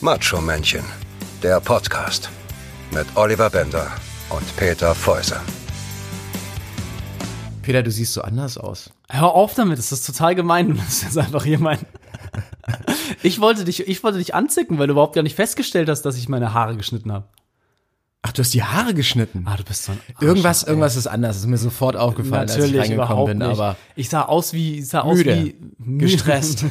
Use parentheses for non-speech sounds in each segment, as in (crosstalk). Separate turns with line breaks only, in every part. Macho Männchen, der Podcast mit Oliver Bender und Peter Fäuser.
Peter, du siehst so anders aus.
Hör auf damit, das ist total gemein. Du bist jetzt einfach hier
(laughs)
mein. Ich wollte dich, ich wollte dich anzicken, weil du überhaupt gar nicht festgestellt hast, dass ich meine Haare geschnitten habe.
Ach, du hast die Haare geschnitten.
Ah, du bist so ein Arsch,
Irgendwas,
ey.
irgendwas ist anders. Ist mir sofort aufgefallen, als ich
Natürlich
reingekommen
überhaupt
bin,
nicht.
aber
ich sah aus wie, ich sah aus
Müde.
wie müde.
Gestresst.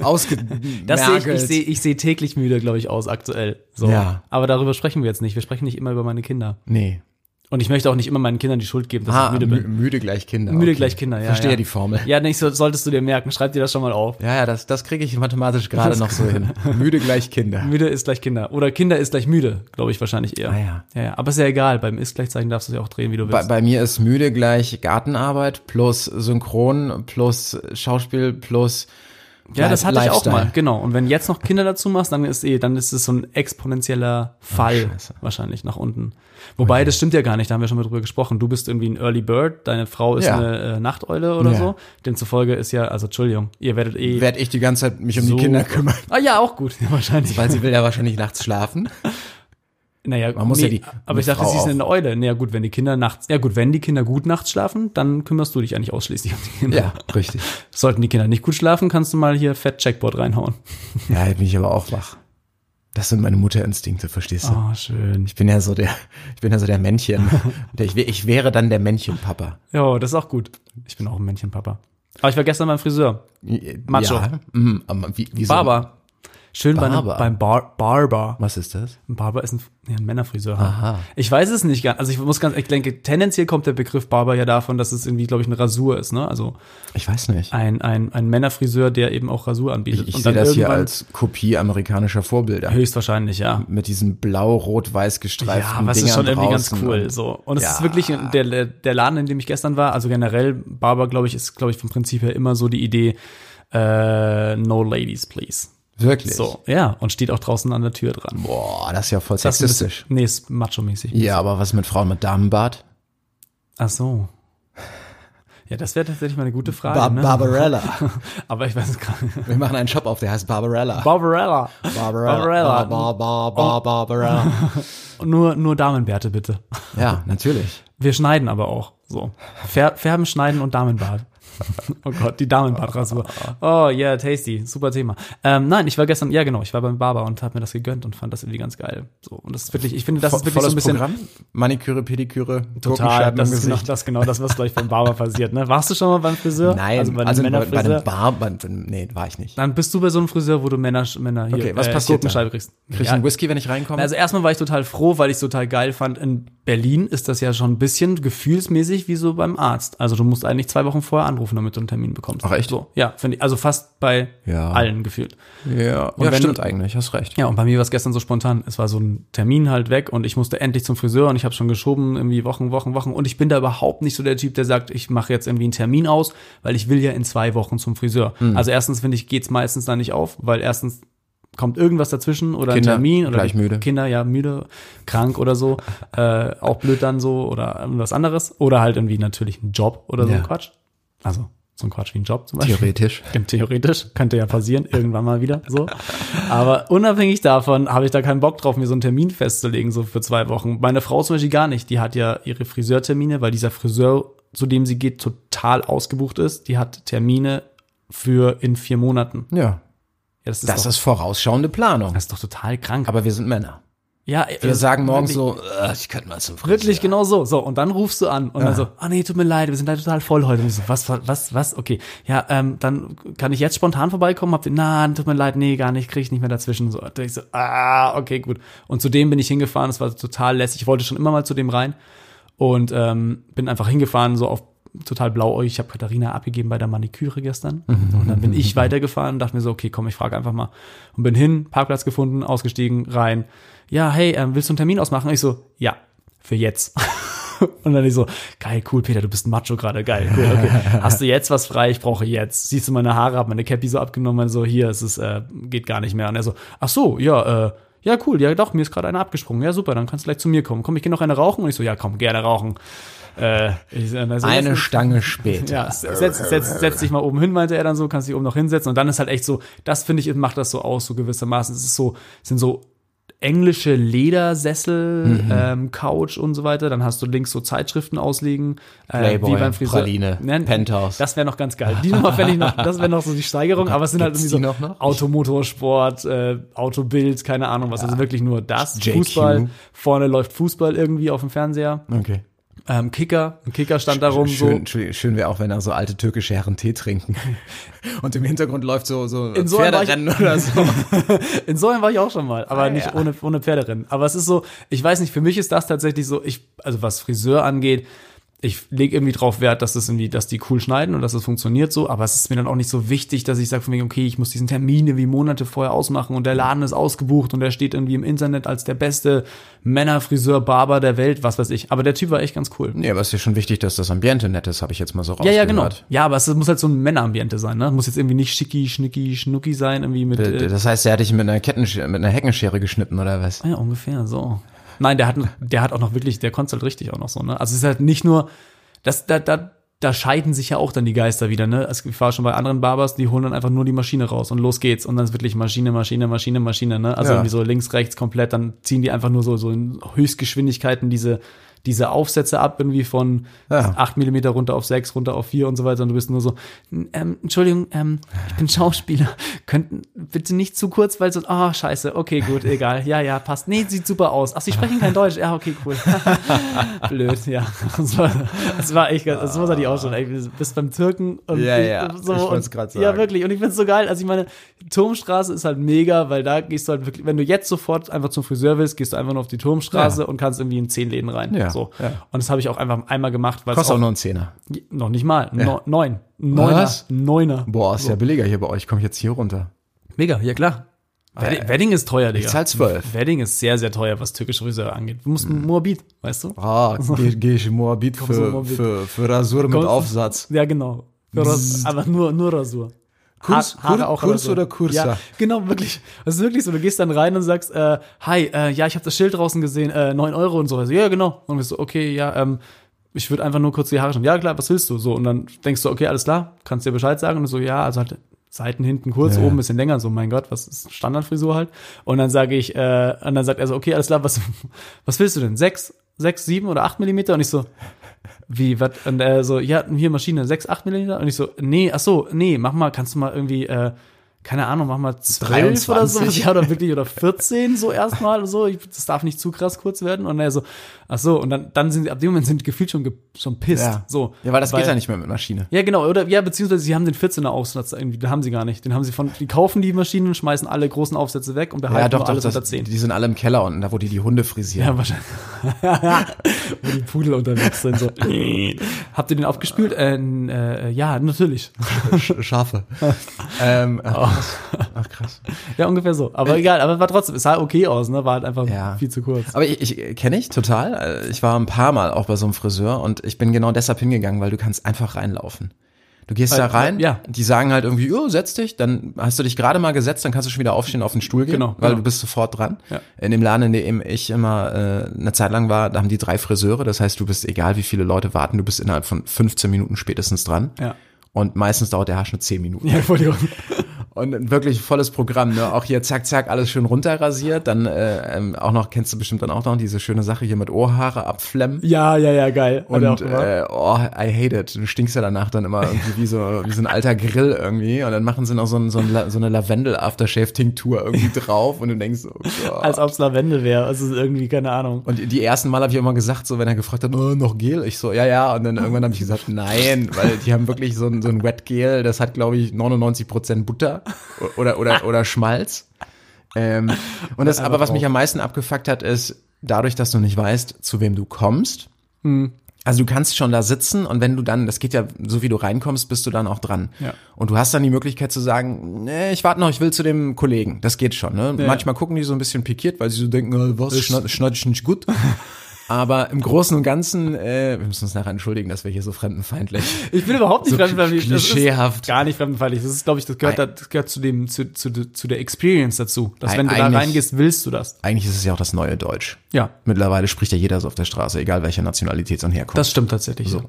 ausge.
(laughs) Das sehe ich, ich sehe ich sehe täglich müde, glaube ich, aus aktuell. So.
Ja.
Aber darüber sprechen wir jetzt nicht. Wir sprechen nicht immer über meine Kinder.
Nee.
Und ich möchte auch nicht immer meinen Kindern die Schuld geben, dass
Ah,
ich müde
müde,
bin.
müde gleich Kinder.
Müde gleich Kinder, ja,
Verstehe
ja.
die Formel.
Ja, nicht so, solltest du dir merken. Schreib dir das schon mal auf.
Ja, ja, das, das kriege ich mathematisch gerade
Das-
noch so
(laughs)
hin. Müde gleich Kinder.
Müde ist gleich Kinder. Oder Kinder ist gleich müde, glaube ich wahrscheinlich eher.
Ah, ja.
ja, ja. Aber ist ja egal. Beim Ist-Gleichzeichen darfst du es ja auch drehen, wie du
Bei,
willst.
bei mir ist müde gleich Gartenarbeit plus Synchron plus Schauspiel plus.
ja, das hatte
Life-
ich auch mal.
Lifestyle.
Genau. Und wenn jetzt noch Kinder dazu machst, dann ist eh, dann ist es so ein exponentieller Fall wahrscheinlich nach unten. Wobei, das stimmt ja gar nicht. Da haben wir schon mal drüber gesprochen. Du bist irgendwie ein Early Bird. Deine Frau ist
Ja.
eine äh, Nachteule oder
Ja.
so. Demzufolge ist ja, also Entschuldigung, ihr werdet eh.
Werd ich die ganze Zeit mich um
So.
die Kinder kümmern.
ah ja, auch gut. (laughs) Ja, wahrscheinlich.
Weil sie will ja wahrscheinlich nachts schlafen.
Naja,
Man muss ja die-
aber
die
ich dachte,
Frau
sie ist
auf-
eine Eule. Naja, gut, wenn die Kinder nachts, ja gut, wenn die Kinder gut nachts schlafen, dann kümmerst du dich eigentlich ausschließlich um
(laughs)
die Kinder.
Ja, richtig.
Sollten die Kinder nicht gut schlafen, kannst du mal hier Fett Checkboard reinhauen.
Ja, jetzt bin ich aber auch wach. Das sind meine Mutterinstinkte, verstehst du?
Oh, schön.
Ich bin ja so der, ich bin ja so der
(laughs)
Männchen. Der, ich, wär- ich wäre dann der Männchenpapa.
Ja, das ist auch gut. Ich bin auch ein Männchenpapa. Aber ich war gestern beim Friseur. Macho.
Ja, mhm, aber wie, wieso?
Barber. Schön bei einem,
Barber?
beim Bar Barber.
Was ist das?
Ein Barber ist ein, ja, ein Männerfriseur.
Aha.
Ich weiß es nicht ganz. Also ich muss ganz, ich denke, tendenziell kommt der Begriff Barber ja davon, dass es irgendwie, glaube ich, eine Rasur ist, ne? Also
Ich weiß nicht.
ein, ein, ein Männerfriseur, der eben auch Rasur anbietet.
Ich, ich
Und
sehe
dann
das hier
irgendwann-
als Kopie amerikanischer Vorbilder.
Höchstwahrscheinlich, ja.
Mit diesen blau-rot-weiß gestreiften
Ja, was
Dingern
ist schon irgendwie ganz
draußen.
cool. So. Und es
Ja.
ist wirklich der, der Laden, in dem ich gestern war, also generell Barber, glaube ich, ist, glaube ich, vom Prinzip her immer so die Idee, äh, no ladies, please.
Wirklich?
So, ja, und steht auch draußen an der Tür dran.
Boah, das ist ja voll
Das ist ein bisschen-
sexistisch.
Nee, ist macho-mäßig.
Ja, aber was mit Frauen mit Damenbart?
Ach so. Ja, das wäre tatsächlich mal eine gute Frage.
Ba-
ne? (laughs)
Barbarella.
Aber ich weiß es gar nicht.
Wir machen einen Shop auf, der heißt Barbarella.
Barbarella.
Barbarella.
Barbarella.
Ba- ba- ba- Barbarella.
Nur, nur Damenbärte bitte.
Ja, natürlich.
Wir schneiden aber auch. So. Fär Färben, schneiden und Damenbart.
(laughs)
Oh Gott, die Damenbartrasur. Oh yeah, tasty. Super Thema. Ähm, nein, ich war gestern, ja genau, ich war beim Barber und habe mir das gegönnt und fand das irgendwie ganz geil. So, und das ist wirklich, ich finde, das ist wirklich so ein bisschen
Programm? Maniküre, Pediküre,
total,
Gurkenscheiben im
das ist genau
Gesicht.
das, genau das, was gleich beim Barber passiert. Ne? Warst du schon mal beim Friseur?
Nein,
also bei einem
bei
Männerfriseur.
einem Bar, bei, bei, nee, war ich nicht.
Dann bist du bei so einem Friseur, wo du Männer, Männer hier
Okay, was passiert dann?
Gurkenscheibe kriegst.
Krieg ich
Ja,
einen Whisky, wenn ich reinkomme?
Also erstmal war ich total froh, weil ich es total geil fand. In Berlin ist das ja schon ein bisschen gefühlsmäßig wie so beim Arzt. Also du musst eigentlich zwei Wochen vorher anrufen, damit du einen Termin bekommst.
Ach, echt?
So, ja, finde ich. Also fast bei
Ja.
allen gefühlt.
ja, und ja
wenn-
stimmt eigentlich, hast recht.
Ja, und bei mir war es gestern so spontan. Es war so ein Termin halt weg und ich musste endlich zum Friseur und ich habe schon geschoben, irgendwie Wochen, Wochen, Wochen. Und ich bin da überhaupt nicht so der Typ, der sagt, ich mache jetzt irgendwie einen Termin aus, weil ich will ja in zwei Wochen zum Friseur.
Hm.
Also erstens finde ich, geht's meistens da nicht auf, weil erstens kommt irgendwas dazwischen oder
Kinder,
ein Termin oder
gleich müde.
Kinder, ja, müde, krank oder so, äh, auch blöd dann so oder irgendwas anderes. Oder halt irgendwie natürlich ein Job oder so
Ja.
ein Quatsch. Also so ein Quatsch wie ein Job zum Beispiel.
Theoretisch.
(laughs) Stimmt, theoretisch. Könnte ja passieren, irgendwann mal wieder. So. Aber unabhängig davon habe ich da keinen Bock drauf, mir so einen Termin festzulegen, so für zwei Wochen. Meine Frau zum Beispiel gar nicht. Die hat ja ihre Friseurtermine, weil dieser Friseur, zu dem sie geht, total ausgebucht ist. Die hat Termine für in vier Monaten.
Ja,
Ja, das ist,
das
doch,
ist vorausschauende Planung.
das ist doch total krank.
Aber wir sind Männer.
ja, äh,
Wir sagen morgens
so.
so, "Äh, ich könnte mal zum Friseur.
Wirklich genau so. So, und dann rufst du an und dann so, ah nee, tut mir leid, wir sind leider total voll heute. Und ich so, was, was, was? Okay. Ja, ähm, dann kann ich jetzt spontan vorbeikommen, hab den, na, tut mir leid, nee, gar nicht, krieg ich nicht mehr dazwischen. So, und ich so, ah, okay, gut. Und zu dem bin ich hingefahren, es war total lässig. Ich wollte schon immer mal zu dem rein und ähm, bin einfach hingefahren, so auf total blauäugig. Ich habe Katharina abgegeben bei der Maniküre gestern. Und dann bin ich weitergefahren und dachte mir so, okay, komm, ich frage einfach mal. Und bin hin, Parkplatz gefunden, ausgestiegen, rein. Ja, hey, ähm, willst du einen Termin ausmachen? Ich so, ja, für jetzt. (laughs) Und dann ich so, geil, cool, Peter, du bist ein Macho gerade, geil, cool, okay. Hast du jetzt was frei? Ich brauche jetzt. Siehst du meine Haare, hab meine Cappy so abgenommen, so, hier, es ist, äh, geht gar nicht mehr. Und er so, ach so, ja, äh, ja, cool, ja doch, mir ist gerade einer abgesprungen. Ja, super, dann kannst du gleich zu mir kommen. Komm, ich gehe noch eine rauchen. Und ich so, ja, komm, gerne rauchen. Äh, ich, so, also,
Eine
lass-
Stange später.
ja, setz, setz, setz dich mal oben hin, meinte er dann so, kannst dich oben noch hinsetzen. Und dann ist halt echt so, das finde ich, macht das so aus, so gewissermaßen. Es ist so, es sind so englische Ledersessel,
Mhm.
ähm, Couch und so weiter. Dann hast du links so Zeitschriften ausliegen. Äh,
Playboy,
beim Friseur-
Praline,
Nein,
Penthouse.
Das wäre noch ganz geil. Die Nummer fände ich noch, das wäre noch so
(laughs)
die Steigerung, aber es sind halt
Gibt's
irgendwie so
die noch noch?
Automotorsport, äh, Autobild, keine Ahnung was. Also wirklich nur das.
JQ.
Fußball. Vorne läuft Fußball irgendwie auf dem Fernseher.
Okay.
Ähm, Kicker. Ein Kicker stand darum so.
schön, schön, schön wäre auch, wenn da so alte türkische Herren Tee
(laughs)
trinken. Und im Hintergrund läuft so, so ein
so einem war ich-
Pferderennen oder
(laughs)
so.
In Säulen war ich auch schon mal, aber
Ah,
nicht
ja.
ohne, ohne Pferderennen. Aber es ist so, ich weiß nicht, für mich ist das tatsächlich so, ich, also was Friseur angeht, ich lege irgendwie drauf Wert, dass das irgendwie, dass die cool schneiden und dass das funktioniert so, aber es ist mir dann auch nicht so wichtig, dass ich sage von wegen, okay, ich muss diesen Termin irgendwie Monate vorher ausmachen und der Laden ist ausgebucht und der steht irgendwie im Internet als der beste Männerfriseur, Barber der Welt, was weiß ich. Aber der Typ war echt ganz cool.
Nee, aber es ist ja schon wichtig, dass das Ambiente nett ist, habe ich jetzt mal so
Ja,
rausgehört.
ja, genau. Ja, aber es muss halt so ein Männerambiente sein, ne? Muss jetzt irgendwie nicht schicki, schnicki, schnucki sein, irgendwie mit. äh,
Das heißt, er hat dich mit einer, Kettenschere, mit einer Heckenschere geschnitten oder was?
Ah Ja, ungefähr so. Nein, der hat, der hat auch noch wirklich, der konnte halt richtig auch noch so, ne? Also es ist halt nicht nur, das, da, da, da scheiden sich ja auch dann die Geister wieder, ne? Also ich war schon bei anderen Barbers, die holen dann einfach nur die Maschine raus und los geht's. Und dann ist wirklich Maschine, Maschine, Maschine, Maschine, ne? Also
Ja.
irgendwie so links, rechts komplett, dann ziehen die einfach nur so, so in Höchstgeschwindigkeiten diese, diese Aufsätze ab, irgendwie von
Ja.
8 mm runter auf 6, runter auf 4 und so weiter. Und du bist nur so, "N- ähm, Entschuldigung, ähm, ich bin Schauspieler. Könnten bitte nicht zu kurz, weil so, ah, scheiße, okay, gut, egal. Ja, ja, passt. Nee, sieht super aus. Ach, Sie sprechen kein Deutsch. Ja, okay, cool. (laughs) Blöd, ja. Das war, das war echt, ganz- das muss er die auch schon. Ey, du bist beim Türken und
Ja, ja,
So,
ich wollte's
und-
grad
Ja,
sagen.
wirklich. Und ich find's so geil. Also ich meine, Turmstraße ist halt mega, weil da gehst du halt wirklich, wenn du jetzt sofort einfach zum Friseur willst, gehst du einfach nur auf die Turmstraße und kannst irgendwie in zehn Läden rein.
Ja,
So.
ja.
Und das habe ich auch einfach einmal gemacht, weil es
Kostet
auch
auch nur einen Zehner.
noch nicht mal. No, neun. Neuner.
Was?
Neuner.
Boah, ist ja billiger hier bei euch. Komm ich jetzt hier runter.
Mega, ja klar. Wed- Äh, Wedding ist teuer, Digga.
Ich zahl Mhm. 12.
Wedding ist sehr, sehr teuer, was türkische Friseure angeht. Du musst morbid, weißt du?
Ah, gehe geh ich in Moabit
so,
für,
Moabit.
für, für Rasur mit
Kommst-
Aufsatz.
Ja, genau. Nur Ras- Aber nur, nur Rasur.
Kurs-
Ha- Haare
Kur-
auch
Kurs
Rasur.
oder Kursa?
Ja, genau, wirklich. Das ist wirklich so. Du gehst dann rein und sagst, äh, hi, äh, ja, ich habe das Schild draußen gesehen, äh, 9 Euro und so. Also, ja, genau. Und bist so, okay, ja, ähm, ich würde einfach nur kurz die Haare schneiden. Ja, klar, was willst du? So, und dann denkst du, okay, alles klar, kannst dir Bescheid sagen. Und so, ja, also halt Seiten hinten kurz, oben ein bisschen länger. So, mein Gott, was ist Standardfrisur halt? Und dann sage ich, äh, und dann sagt er so, okay, alles klar, was, was willst du denn? Sechs, sechs, sieben oder acht Millimeter? Und ich so, wie, was? Und er so, ja, hier Maschine, 6, 8 Milliliter. Und ich so, nee, ach so, nee, mach mal, kannst du mal irgendwie, äh, keine Ahnung, mach mal 12 oder so.
23.
(laughs) Ja, oder wirklich, oder 14 so erstmal oder so. Ich, das darf nicht zu krass kurz werden. Und er so, ach so, und dann, dann sind sie, ab dem Moment sind die gefühlt schon, ge, schon pisst. So.
ja, weil das geht ja nicht mehr mit Maschine.
Ja, genau, oder ja, beziehungsweise sie haben den 14er Aufsatz irgendwie, den haben sie gar nicht. Den haben sie von, die kaufen die Maschinen, schmeißen alle großen Aufsätze weg und behalten halt nur alles unter 10.
die sind alle im Keller unten, da wo die die Hunde frisieren.
Ja, wahrscheinlich. (laughs) Wo die Pudel unterwegs sind. So. (laughs) Habt ihr den aufgespült? Äh, n- äh, ja, Oh. natürlich.
Sch-
(laughs)
Schafe. ähm, ach, krass. ach krass.
Ja, ungefähr so. Aber egal, aber war trotzdem, es sah okay aus, ne? War halt einfach
Ja.
viel zu kurz.
Aber ich, ich kenne ich total. Äh, Ich war ein paar Mal auch bei so einem Friseur und ich bin genau deshalb hingegangen, weil du kannst einfach reinlaufen. Du gehst da rein,
Äh, ja.
die sagen halt irgendwie, oh, setz dich, dann hast du dich gerade mal gesetzt, dann kannst du schon wieder aufstehen auf den Stuhl gehen,
Genau,
weil
genau.
du bist sofort dran.
Ja.
In dem Laden, in dem ich immer äh, eine Zeit lang war, da haben die drei Friseure, das heißt, du bist egal, wie viele Leute warten, du bist innerhalb von 15 Minuten spätestens dran.
Ja.
Und meistens dauert der Haarschnitt 10 Minuten.
Ja, Entschuldigung.
Und ein wirklich volles Programm, ne? Auch hier zack, zack, alles schön runterrasiert. Dann äh, ähm, auch noch, kennst du bestimmt dann auch noch diese schöne Sache hier mit Ohrhaare abflemmen.
Ja, ja, ja, geil. Hat
Und
er auch gemacht.
äh, oh, I hate it. Du stinkst ja danach dann immer irgendwie wie so, wie so ein alter Grill irgendwie. Und dann machen sie noch so, ein, so, ein, La- so eine Lavendel-Aftershave-Tinktur irgendwie drauf und du denkst, so, oh Gott.
Als ob es Lavendel wäre. Also irgendwie, keine Ahnung.
und die ersten Mal habe ich immer gesagt, so wenn er gefragt hat, oh, noch Gel, ich so, ja, ja. Und dann irgendwann habe ich gesagt, nein, weil die haben wirklich so ein, so ein Wet Gel, das hat, glaube ich, 99% Butter o- oder, oder, oder Schmalz. Ähm, und das, aber was mich am meisten abgefuckt hat, ist dadurch, dass du nicht weißt, zu wem du kommst. Also du kannst schon da sitzen und wenn du dann, das geht ja so wie du reinkommst, bist du dann auch dran.
Ja.
Und du hast dann die Möglichkeit zu sagen, nee, ich warte noch, ich will zu dem Kollegen. Das geht schon. Ne? Manchmal gucken die so ein bisschen pikiert, weil sie so denken, äh, was, schneid, schneid ich nicht gut. (laughs) Aber im Großen und Ganzen, äh, wir müssen uns nachher entschuldigen, dass wir hier so fremdenfeindlich. (laughs)
Ich bin überhaupt nicht
So
fremdenfeindlich. Das ist
klischeehaft.
Gar nicht fremdenfeindlich. Das ist, glaube ich, das gehört, da, das gehört zu, dem, zu, zu, zu der Experience dazu. Dass
Ei-
wenn du da
eigentlich-
reingehst, willst du das.
Eigentlich ist es ja auch das neue Deutsch.
Ja,
Mittlerweile spricht ja jeder so auf der Straße, egal welcher Nationalität und Herkunft.
das stimmt tatsächlich. So.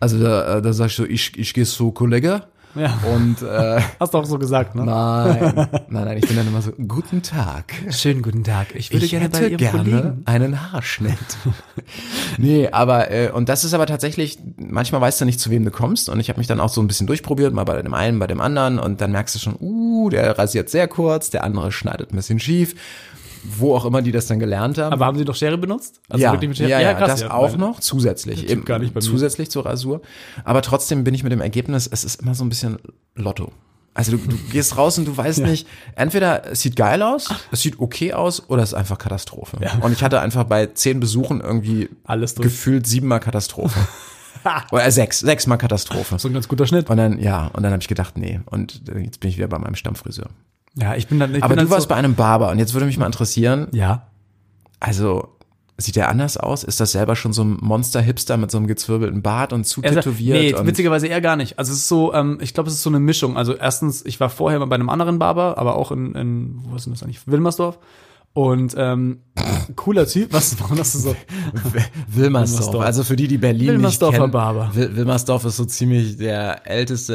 also da, äh, da sag ich so, ich, ich gehe so Kollege.
Ja.
Und äh,
Hast du auch so gesagt,
(laughs)
ne?
nein, nein, nein, ich bin dann immer so, guten Tag.
Schönen guten Tag. Ich würde
ich
gerne bei
hätte
Ihrem
gerne
Kollegen.
einen
(laughs)
Haarschnitt. nee, aber, äh, und das ist aber tatsächlich, manchmal weißt du nicht, zu wem du kommst. Und ich habe mich dann auch so ein bisschen durchprobiert, mal bei dem einen, bei dem anderen. Und dann merkst du schon, uh, der rasiert sehr kurz, der andere schneidet ein bisschen schief. Wo auch immer die das dann gelernt haben.
Aber haben Sie doch Schere benutzt? Also
ja,
wirklich mit Schere?
ja, ja,
krass,
das auch
weil-
noch zusätzlich, eben,
gar nicht bei mir.
zusätzlich zur Rasur. Aber trotzdem bin ich mit dem Ergebnis, es ist immer so ein bisschen Lotto. Also du, du gehst raus und du
(laughs)
weißt nicht, entweder es sieht geil aus, es sieht okay aus oder es ist einfach Katastrophe. Und ich hatte einfach bei zehn Besuchen irgendwie
Alles durch.
gefühlt siebenmal
(laughs)
Katastrophe. oder sechs, sechsmal Katastrophe.
So ein ganz guter Schnitt.
Und dann, ja, und dann habe ich gedacht, nee, und äh, jetzt bin ich wieder bei meinem Stammfriseur.
Ja, ich bin dann. Ich
Aber
bin
du
dann
warst
so,
bei einem Barber und jetzt würde mich mal interessieren,
Ja.
also, sieht der anders aus? Ist das selber schon so ein Monster-Hipster mit so einem gezwirbelten Bart und zu tätowiert?
Nee,
und
witzigerweise eher gar nicht. Also es ist so, ähm, ich glaube, es ist so eine Mischung. Also erstens, ich war vorher mal bei einem anderen Barber, aber auch in, in wo ist denn das eigentlich? Wilmersdorf. Und ähm, cooler Typ. Was, warum hast du so?
(laughs) Wilmersdorf.
Wilmersdorf.
Also für die, die Berlin
Wilmersdorfer
nicht kennen.
Barber.
Wil Wilmersdorf ist so ziemlich der älteste,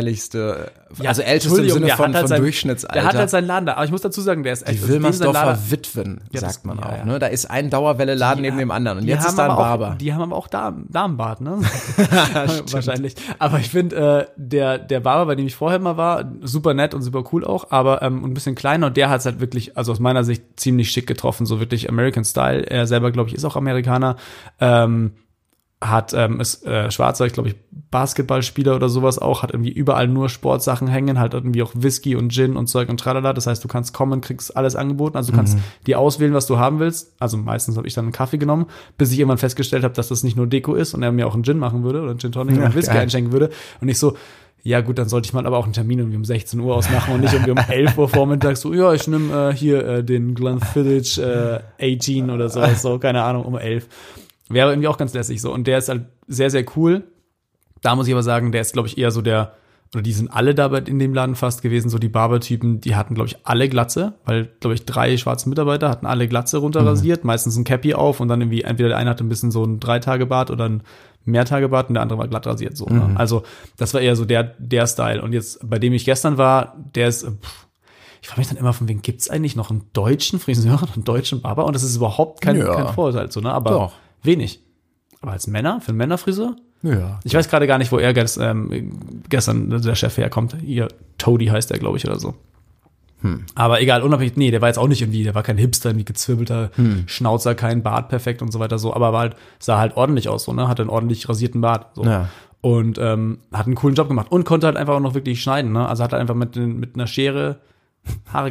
langweiligste, also älteste im
Entschuldigung,
Sinne
der
von,
hat halt
von
sein-
Durchschnittsalter.
Der hat halt seinen Laden da. Aber ich muss dazu sagen, der ist echt.
die
also dem sein
Wilmersdorfer
Laden-
Witwen,
Ja, das-
sagt man
ja,
auch.
ja.
Ne? Da ist ein Dauerwelle-Laden neben dem anderen und
Die
jetzt
haben
ist da ein
aber auch-
(laughs) Barber.
Die haben aber auch Darm, Darmbart, ne? (laughs) Wahrscheinlich. Aber ich finde, äh, der, der Barber, bei dem ich vorher mal war, super nett und super cool auch, aber ähm, ein bisschen kleiner und der hat es halt wirklich, also aus meiner Sicht, ziemlich schick getroffen, so wirklich American Style. Er selber, glaube ich, ist auch Amerikaner. Ähm, hat, ähm, ist äh, schwarzer, ich glaube ich, Basketballspieler oder sowas auch, hat irgendwie überall nur Sportsachen hängen, halt irgendwie auch Whisky und Gin und Zeug und tralala. Das heißt, du kannst kommen, kriegst alles angeboten. Also du kannst dir auswählen, was du haben willst. Also meistens habe ich dann einen Kaffee genommen, bis ich irgendwann festgestellt habe, dass das nicht nur Deko ist und er mir auch einen Gin machen würde oder einen Gin Tonic oder einen Whisky
geil.
einschenken würde. Und ich so, ja gut, dann sollte ich mal aber auch einen Termin irgendwie um 16 Uhr ausmachen und nicht irgendwie um 11 Uhr vormittags so, ja, ich nehme äh, hier äh, den Glenfiddich äh, 18 oder so, so, keine Ahnung, um 11. Wäre irgendwie auch ganz lässig so. Und der ist halt sehr, sehr cool. Da muss ich aber sagen, der ist, glaube ich, eher so der, oder die sind alle da bei- in dem Laden fast gewesen, so die Barbertypen, die hatten, glaube ich, alle Glatze, weil, glaube ich, drei schwarze Mitarbeiter hatten alle Glatze runterrasiert, meistens ein Cappy auf und dann irgendwie, entweder der eine hatte ein bisschen so ein Dreitagebart oder ein Mehrtagebart und der andere war glatt rasiert, so. Ne? Also, das war eher so der, der Style. Und jetzt, bei dem ich gestern war, der ist, äh, pff, ich frage mich dann immer, von wem gibt's eigentlich noch einen deutschen Friseur oder einen deutschen Barber? Und das ist überhaupt kein,
Ja.
kein Vorurteil, so, ne? Aber
Doch.
wenig. Aber als Männer, für einen Männerfriseur?
Ja.
Ich weiß gerade gar nicht, wo er gest, ähm, gestern der Chef herkommt. Ihr Toady heißt er, glaube ich, oder so.
Hm.
Aber egal, unabhängig, nee, der war jetzt auch nicht irgendwie, der war kein Hipster, irgendwie gezwirbelter
Hm.
Schnauzer, kein Bart perfekt und so weiter so, aber war halt, sah halt ordentlich aus, so, ne? Hatte einen ordentlich rasierten Bart. So.
Ja.
Und ähm, hat einen coolen Job gemacht und konnte halt einfach auch noch wirklich schneiden, ne? Also hat halt einfach mit, den- mit einer Schere Haare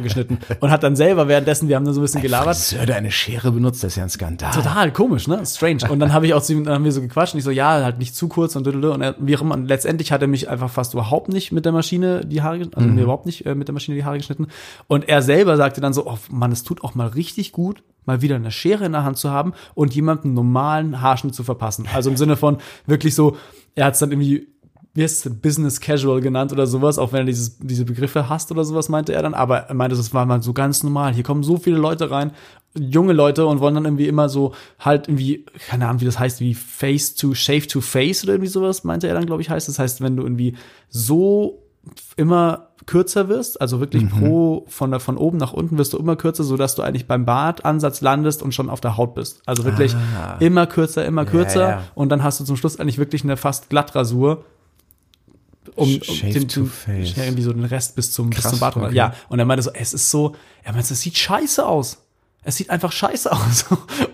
(laughs)
geschnitten und hat dann selber währenddessen, wir haben dann so ein bisschen gelabert,
Sir, der eine Schere benutzt, das ist ja ein Skandal.
Total komisch, ne? Strange. Und dann habe ich auch zu ihm, dann haben wir so gequatscht und ich so, ja, halt nicht zu kurz und dödödö und er, wie auch immer. Und letztendlich hat er mich einfach fast überhaupt nicht mit der Maschine die Haare geschnitten, also mir überhaupt nicht äh, mit der Maschine die Haare geschnitten. Und er selber sagte dann so, oh Mann, es tut auch mal richtig gut, mal wieder eine Schere in der Hand zu haben und jemanden normalen Haarschnitt zu verpassen. Also im Sinne von wirklich so, er hat es dann irgendwie wie heißt es, Business Casual genannt oder sowas, auch wenn er dieses, diese Begriffe hasst oder sowas, meinte er dann, aber er meinte, das war mal so ganz normal. Hier kommen so viele Leute rein, junge Leute und wollen dann irgendwie immer so halt irgendwie, keine Ahnung, wie das heißt, wie Face to Shave to Face oder irgendwie sowas, meinte er dann, glaube ich, heißt. Das heißt, wenn du irgendwie so immer kürzer wirst, also
Mhm.
wirklich pro von, der, von oben nach unten wirst du immer kürzer, sodass du eigentlich beim Bartansatz landest und schon auf der Haut bist. Also wirklich immer kürzer, immer kürzer
Ah. ja.
und dann hast du zum Schluss eigentlich wirklich eine fast Glattrasur um, um
Shave
den,
to
den,
face.
ja, irgendwie so den Rest bis zum, bis
Krass,
zum Bart runter.
okay.
Ja, und er meinte so, es ist so, er meinte, es sieht scheiße aus. Es sieht einfach scheiße (laughs) aus.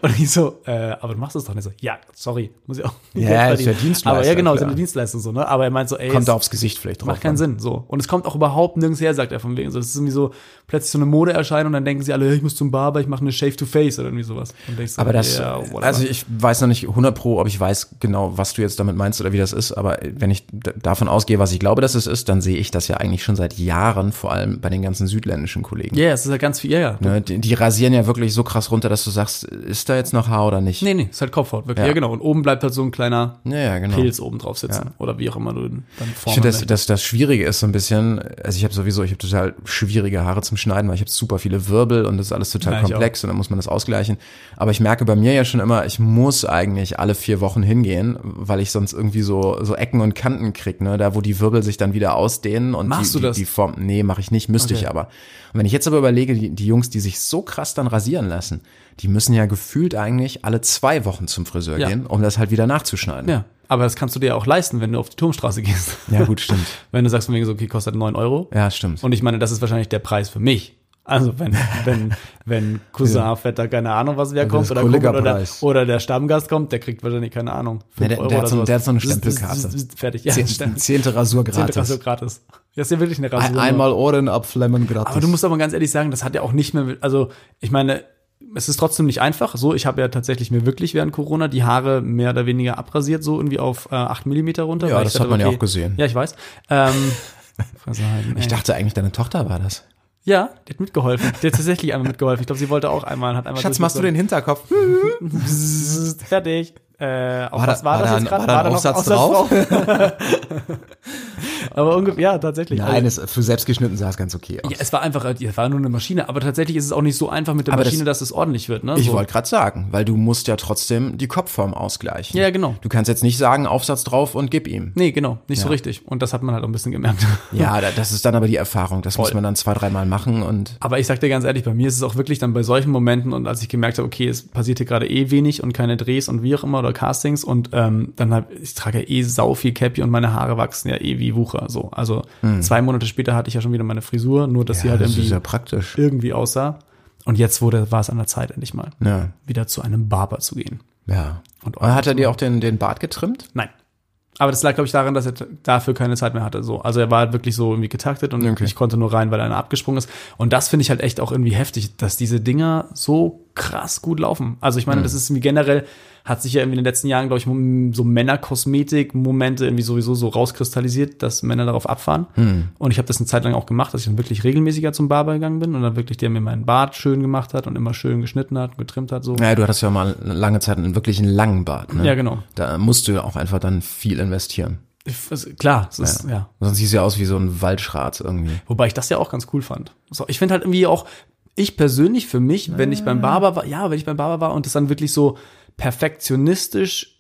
Und ich so, äh, aber du machst es doch nicht so. Ja, sorry, muss ich auch.
Ja,
Geld
ist ja
verdienen.
Dienstleister,
Aber ja, genau, ist ja
klar.
eine Dienstleistung so, ne? Aber er meint so, ey,
Kommt
es-
da aufs Gesicht vielleicht drauf.
Macht keinen Sinn, so. Und es kommt auch überhaupt nirgends her, sagt er von wegen. So, es ist irgendwie so plötzlich so eine Modeerscheinung, dann denken sie alle, ich muss zum Barber, ich mache eine Shave to Face oder irgendwie sowas. Und denkst so,
Aber das,
ja, whatever.
also ich weiß noch nicht 100 pro, ob ich weiß genau, was du jetzt damit meinst oder wie das ist, aber wenn ich d- davon ausgehe, was ich glaube, dass es ist, dann sehe ich das ja eigentlich schon seit Jahren, vor allem bei den ganzen südländischen Kollegen.
ja, es ist ja ganz viel, ja, ja.
Ne, die, die rasieren ja wirklich so krass runter, dass du sagst, ist da jetzt noch Haar oder nicht?
Nee, nee, ist halt Kopfhaut, wirklich.
Ja.
Ja. genau. Und oben bleibt halt so ein kleiner
Ja, ja, genau.
Pilz oben drauf sitzen. Oder wie auch immer du den dann
Ich
formen
finde, das,
möchtest.
das, das Schwierige ist so ein bisschen, also ich habe sowieso, ich habe total schwierige Haare zum Schneiden, weil ich habe super viele Wirbel und das ist alles total
Ja, ich
komplex und dann muss man das ausgleichen. Aber ich merke bei mir ja schon immer, ich muss eigentlich alle vier Wochen hingehen, weil ich sonst irgendwie so, so Ecken und Kanten krieg, ne? Da, wo die Wirbel sich dann wieder ausdehnen und
Machst
die,
du das?
Die, die Form. Nee, mache ich nicht, müsste ich aber. Und wenn ich jetzt aber überlege, die, die Jungs, die sich so krass dann rasieren lassen, die müssen ja gefühlt eigentlich alle zwei Wochen zum Friseur
Ja.
gehen, um das halt wieder nachzuschneiden.
Ja, aber das kannst du dir auch leisten, wenn du auf die Turmstraße (laughs) gehst.
ja gut, stimmt.
Wenn du sagst, von wegen so, okay, kostet 9 Euro.
Ja, stimmt.
Und ich meine, das ist wahrscheinlich der Preis für mich. Also wenn,
(laughs)
wenn, wenn Cousin, Vetter, keine Ahnung, was wer kommt,
Also ist
oder, kommt oder,
Kollegerpreis.
oder der Stammgast kommt, der kriegt wahrscheinlich, keine Ahnung,
Nee, der-
fünf Euro
der hat
oder
so-
sowas.
der hat so eine
Zzz, zzz,
Stempelkarte.
zzz, zzz, Fertig, ja,
Zehnte,
Stempel-
zehnte Rasur gratis.
Zehnte Rasur gratis. Das ist ja wirklich eine Rasur.
Ohren abflemmen gratis.
Aber du musst aber ganz ehrlich sagen, das hat ja auch nicht mehr, also ich meine, es ist trotzdem nicht einfach. So, ich habe ja tatsächlich mir wirklich während Corona die Haare mehr oder weniger abrasiert, so irgendwie auf äh, 8 mm runter.
Ja,
weil ich
das hat man ja auch gesehen.
Ja, ich weiß.
(laughs)
Ähm, Versagen, ey.
ich dachte eigentlich, deine Tochter war das.
ja, die hat mitgeholfen. Die hat tatsächlich einmal mitgeholfen. Ich glaube, sie wollte auch einmal. Hat einmal durchgezogen.
Hinterkopf?
Fertig. Äh, auf
War
was
da-
war,
war
das
da-
jetzt gerade?
war da ein Aufsatz drauf?
(laughs) aber ungefähr, ja, tatsächlich. Also,
Nein, es, für selbstgeschnitten sah es ganz okay aus.
ja, es war einfach, äh, es war nur eine Maschine, aber tatsächlich ist es auch nicht so einfach mit der
Aber das-
Maschine, dass es ordentlich wird. Ne?
Ich
so.
wollte gerade sagen, weil du musst ja trotzdem die Kopfform ausgleichen.
Ja, genau.
Du kannst jetzt nicht sagen, Aufsatz drauf und gib ihm.
Nee, genau, nicht so richtig. Und das hat man halt auch ein bisschen gemerkt.
Ja, da- das ist dann aber die Erfahrung. Das muss man dann zwei, dreimal machen und
(laughs) Aber ich sag dir ganz ehrlich, bei mir ist es auch wirklich dann bei solchen Momenten und als ich gemerkt habe, okay, es passiert hier gerade eh wenig und keine Drehs und wie auch immer oder Castings und ähm, dann hab, ich trage ja eh sau viel Cappy und meine Haare wachsen ja eh wie Wucher. So, also
Mhm.
zwei Monate später hatte ich ja schon wieder meine Frisur, nur dass sie halt irgendwie,
praktisch.
irgendwie aussah. Und jetzt wurde, war es an der Zeit endlich mal,
Ja.
wieder zu einem Barber zu gehen.
ja.
Und
Und hat er dir auch den, den Bart getrimmt?
Nein. Aber das lag, glaube ich, daran, dass er t- dafür keine Zeit mehr hatte. So. Also er war halt wirklich so irgendwie getaktet und
Okay.
ich konnte nur rein, weil einer abgesprungen ist. Und das finde ich halt echt auch irgendwie heftig, dass diese Dinger so krass gut laufen. Also
Mhm.
ich meine, das ist irgendwie generell, hat sich ja irgendwie in den letzten Jahren, glaube ich, m- so Männerkosmetik-Momente irgendwie sowieso so rauskristallisiert, dass Männer darauf abfahren.
Mhm.
Und ich habe das eine Zeit lang auch gemacht, dass ich dann wirklich regelmäßiger zum Barber gegangen bin und dann wirklich der mir meinen Bart schön gemacht hat und immer schön geschnitten hat und getrimmt hat. So.
Ja, du hattest ja mal lange Zeit einen wirklichen langen Bart. Ne?
Ja, genau.
Da musst du ja auch einfach dann viel investieren.
Ich- es- Klar, es ist, ja.
Sonst sieht es ja aus wie so ein Waldschrat irgendwie.
Wobei ich das ja auch ganz cool fand. So, ich finde halt irgendwie auch, ich persönlich für mich, wenn ich beim Barber war, ja, wenn ich beim Barber war und das dann wirklich so perfektionistisch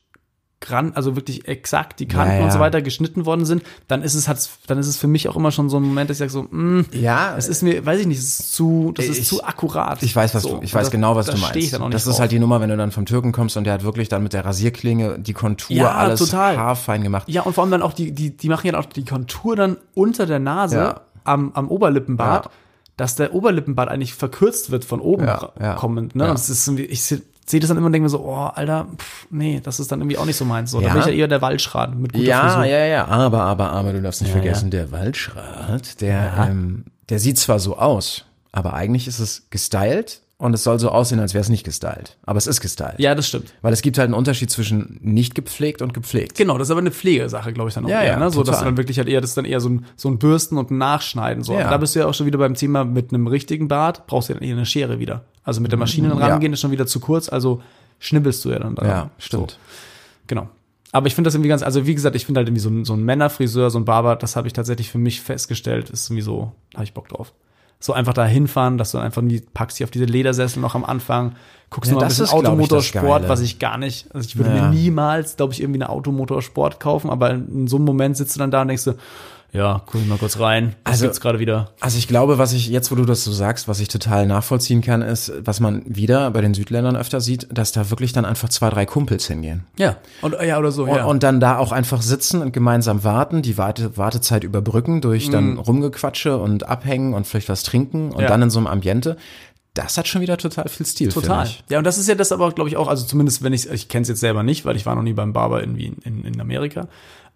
gran, also wirklich exakt die Kanten
Ja, ja.
und so weiter geschnitten worden sind, dann ist es hat's, dann ist es für mich auch immer schon so ein Moment, dass ich sage so, mm,
Ja,
das ist mir, weiß ich nicht, das ist zu, das ist
Ich-
zu akkurat.
Ich weiß, was
So,
du, ich
und
weiß
das-
genau, was
da
du
steh
meinst.
Ich dann auch nicht
das ist
drauf.
halt die Nummer, wenn du dann vom Türken kommst und der hat wirklich dann mit der Rasierklinge die Kontur
Ja,
alles
total.
haarfein gemacht.
Ja, und vor allem dann auch die, die, die machen ja dann auch die Kontur dann unter der Nase
Ja.
am, am Oberlippenbart,
Ja.
dass der Oberlippenbart eigentlich verkürzt wird von oben
Ja,
ra-
ja.
kommend. Ne?
Ja.
Und es ist irgendwie, ich sehe seh das dann immer und denke mir so, oh, Alter, pff, nee, das ist dann irgendwie auch nicht so meins. So,
Ja.
Da bin ich ja eher der Waldschrat mit guter
Ja,
Frisur.
ja, ja, aber, aber, aber, du darfst nicht vergessen, der Waldschrat, der, ähm, der sieht zwar so aus, aber eigentlich ist es gestylt und es soll so aussehen, als wäre es nicht gestylt. Aber es ist gestylt.
Ja, das stimmt.
Weil es gibt halt einen Unterschied zwischen nicht gepflegt und gepflegt.
Genau, das ist aber eine Pflegesache, glaube ich, dann auch
Ja,
eher,
ja,
ne? So, dass
total.
du dann wirklich halt eher, das ist dann eher so ein, so ein Bürsten und ein Nachschneiden, so.
Ja.
Aber da bist du ja auch schon wieder beim Thema mit einem richtigen Bart, brauchst du ja dann eher eine Schere wieder. Also mit der Maschine dann
Mhm. Ja.
rangehen ist schon wieder zu kurz, also schnibbelst du ja dann daran.
Ja, stimmt.
Genau. Aber ich finde das irgendwie ganz, also wie gesagt, ich finde halt irgendwie so ein, so ein Männerfriseur, so ein Barber, das habe ich tatsächlich für mich festgestellt, ist irgendwie so, da habe ich Bock drauf. So einfach da hinfahren, dass du einfach nie, packst dich auf diese Ledersessel noch am Anfang, guckst
Ja,
noch mal ein
das
bisschen
ist, glaub ich, das
Automotorsport,
Geile.
was ich gar nicht, also ich würde
Ja.
mir niemals, glaube ich, irgendwie eine Automotorsport kaufen, aber in so einem Moment sitzt du dann da und denkst du, ja, guck ich mal kurz rein, was
Also-
also, gibt's gerade wieder?
Also ich glaube, was ich jetzt, wo du das so sagst, was ich total nachvollziehen kann, ist, was man wieder bei den Südländern öfter sieht, dass da wirklich dann einfach zwei, drei Kumpels hingehen.
Ja. Und, ja, oder so,
Und,
ja.
und dann da auch einfach sitzen und gemeinsam warten, die Warte, Wartezeit überbrücken durch dann Rumgequatsche und Abhängen und vielleicht was trinken und
Ja.
dann in so einem Ambiente. Das hat schon wieder total viel Stil. finde
Total.
Ich.
Ja, und das ist ja das aber, glaube ich, auch, also zumindest wenn ich, ich kenne es jetzt selber nicht, weil ich war noch nie beim Barber irgendwie in, in, in Amerika,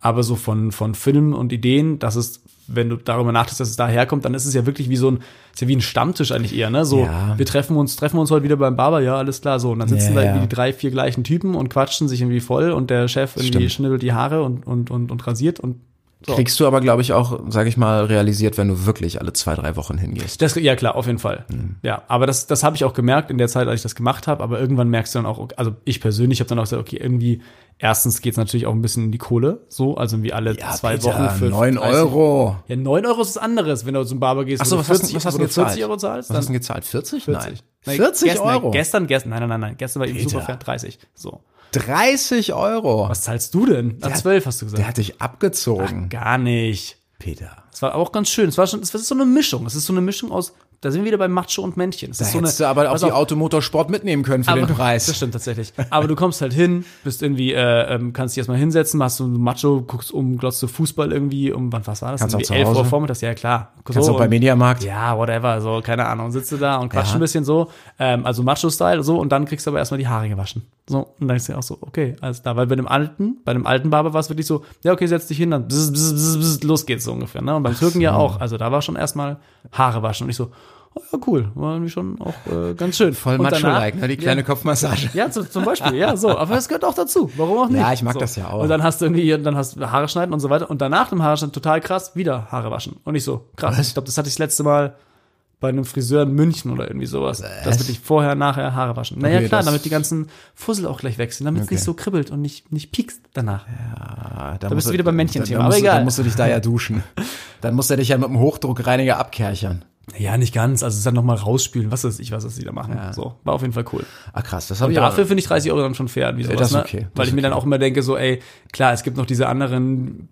aber so von, von Filmen und Ideen, dass es, wenn du darüber nachdenkst, dass es daherkommt, dann ist es ja wirklich wie so ein, ist ja wie ein Stammtisch eigentlich eher, ne? So,
Ja.
wir treffen uns, treffen uns heute wieder beim Barber, ja, alles klar, so. Und dann
Ja,
sitzen da
ja.
irgendwie die drei, vier gleichen Typen und quatschen sich irgendwie voll und der Chef irgendwie
Stimmt.
schnibbelt die Haare und, und, und, und rasiert und So.
Kriegst du aber, glaube ich, auch, sage ich mal, realisiert, wenn du wirklich alle zwei, drei Wochen hingehst.
Das, ja, klar, auf jeden Fall.
Mhm.
Ja, aber das, das habe ich auch gemerkt in der Zeit, als ich das gemacht habe. Aber irgendwann merkst du dann auch, okay, also ich persönlich habe dann auch gesagt, okay, irgendwie, erstens geht es natürlich auch ein bisschen in die Kohle, so, also irgendwie alle zwei Wochen für
9
30
Euro.
Ja, 9 Euro ist was anderes, wenn du zum Barber gehst
Achso,
du
was, hast- was hast du
wo du
gezahlt?
40 Euro zahlst,
was hast du
dann
denn gezahlt? 40?
40.
Nein.
Nein,
40
gestern,
Euro.
Gestern, gestern, nein, nein, nein, nein, gestern war eben
Peter.
super fair, 30. So.
30 Euro.
Was zahlst du denn? Na,
Der hat-
12 hast du
Der
gesagt.
hat dich abgezogen.
Gar nicht.
Peter.
Es war auch ganz schön. Es war schon, es ist so eine Mischung. Es ist so eine Mischung aus, da sind wir wieder bei Macho und Männchen. Es
Da
ist so eine,
hättest du aber auch
pass
die
auf,
Automotorsport mitnehmen können für
aber-
den
Das
Preis.
stimmt tatsächlich. Aber du kommst halt hin, bist irgendwie, äh, ähm, kannst dich erstmal hinsetzen, machst so ein Macho, guckst um, glotzt so Fußball irgendwie, um, wann, was war das?
Kannst auch
Irgendwie
zu
11 Uhr
Hause.
vormittags, ja klar.
Kannst
so
auch bei
und-
Mediamarkt.
Ja, whatever, so, keine Ahnung. Sitzt du da und quatsch
Ja.
ein bisschen so, ähm, also Macho-Style, so, und dann kriegst du aber erstmal die Haare gewaschen. So, und dann ist ja auch so, okay, alles da. Weil bei dem alten, bei dem alten Barber war es wirklich so, ja, okay, setz dich hin, dann bzz, bzz, bzz, bzz, los geht's so ungefähr, ne? Und beim Türken ja auch, also da war schon erstmal Haare waschen und ich so, oh, ja, cool, war irgendwie schon auch äh, ganz schön.
Voll
Und danach-
macho-like, ne? Die kleine Kopfmassage.
ja, zu, zum Beispiel, ja, so. Aber das gehört auch dazu. Warum auch nicht?
Ja, ich mag
so.
das ja auch.
Und dann hast du irgendwie, dann hast du Haare schneiden und so weiter. Und danach dem Haarschneiden, total krass, wieder Haare waschen. Und ich so, krass. Ich glaube, das hatte ich das letzte Mal bei einem Friseur in München oder irgendwie sowas. Das wirklich vorher, nachher Haare waschen. Naja,
Okay,
klar,
das-
damit die ganzen Fussel auch gleich wechseln, damit es
Okay.
nicht so kribbelt und nicht, nicht piekst danach.
Ah, da
bist
musst
du wieder beim Männchen-Thema,
dann
aber
musst du-
egal.
Dann musst du dich da ja duschen. Dann muss er dich ja mit dem Hochdruckreiniger abkerchern.
Ja, nicht ganz. Also es dann nochmal rausspülen, was ist ich, was ist die da machen. So, war auf jeden Fall cool.
Ah, krass, das habe
Und
ich
dafür
dafür
finde ich 30 Euro dann schon fair. Irgendwie sowas,
das ist
ne?
okay, das
Weil
ist
ich mir dann
okay.
auch immer denke, so, ey, klar, es gibt noch diese anderen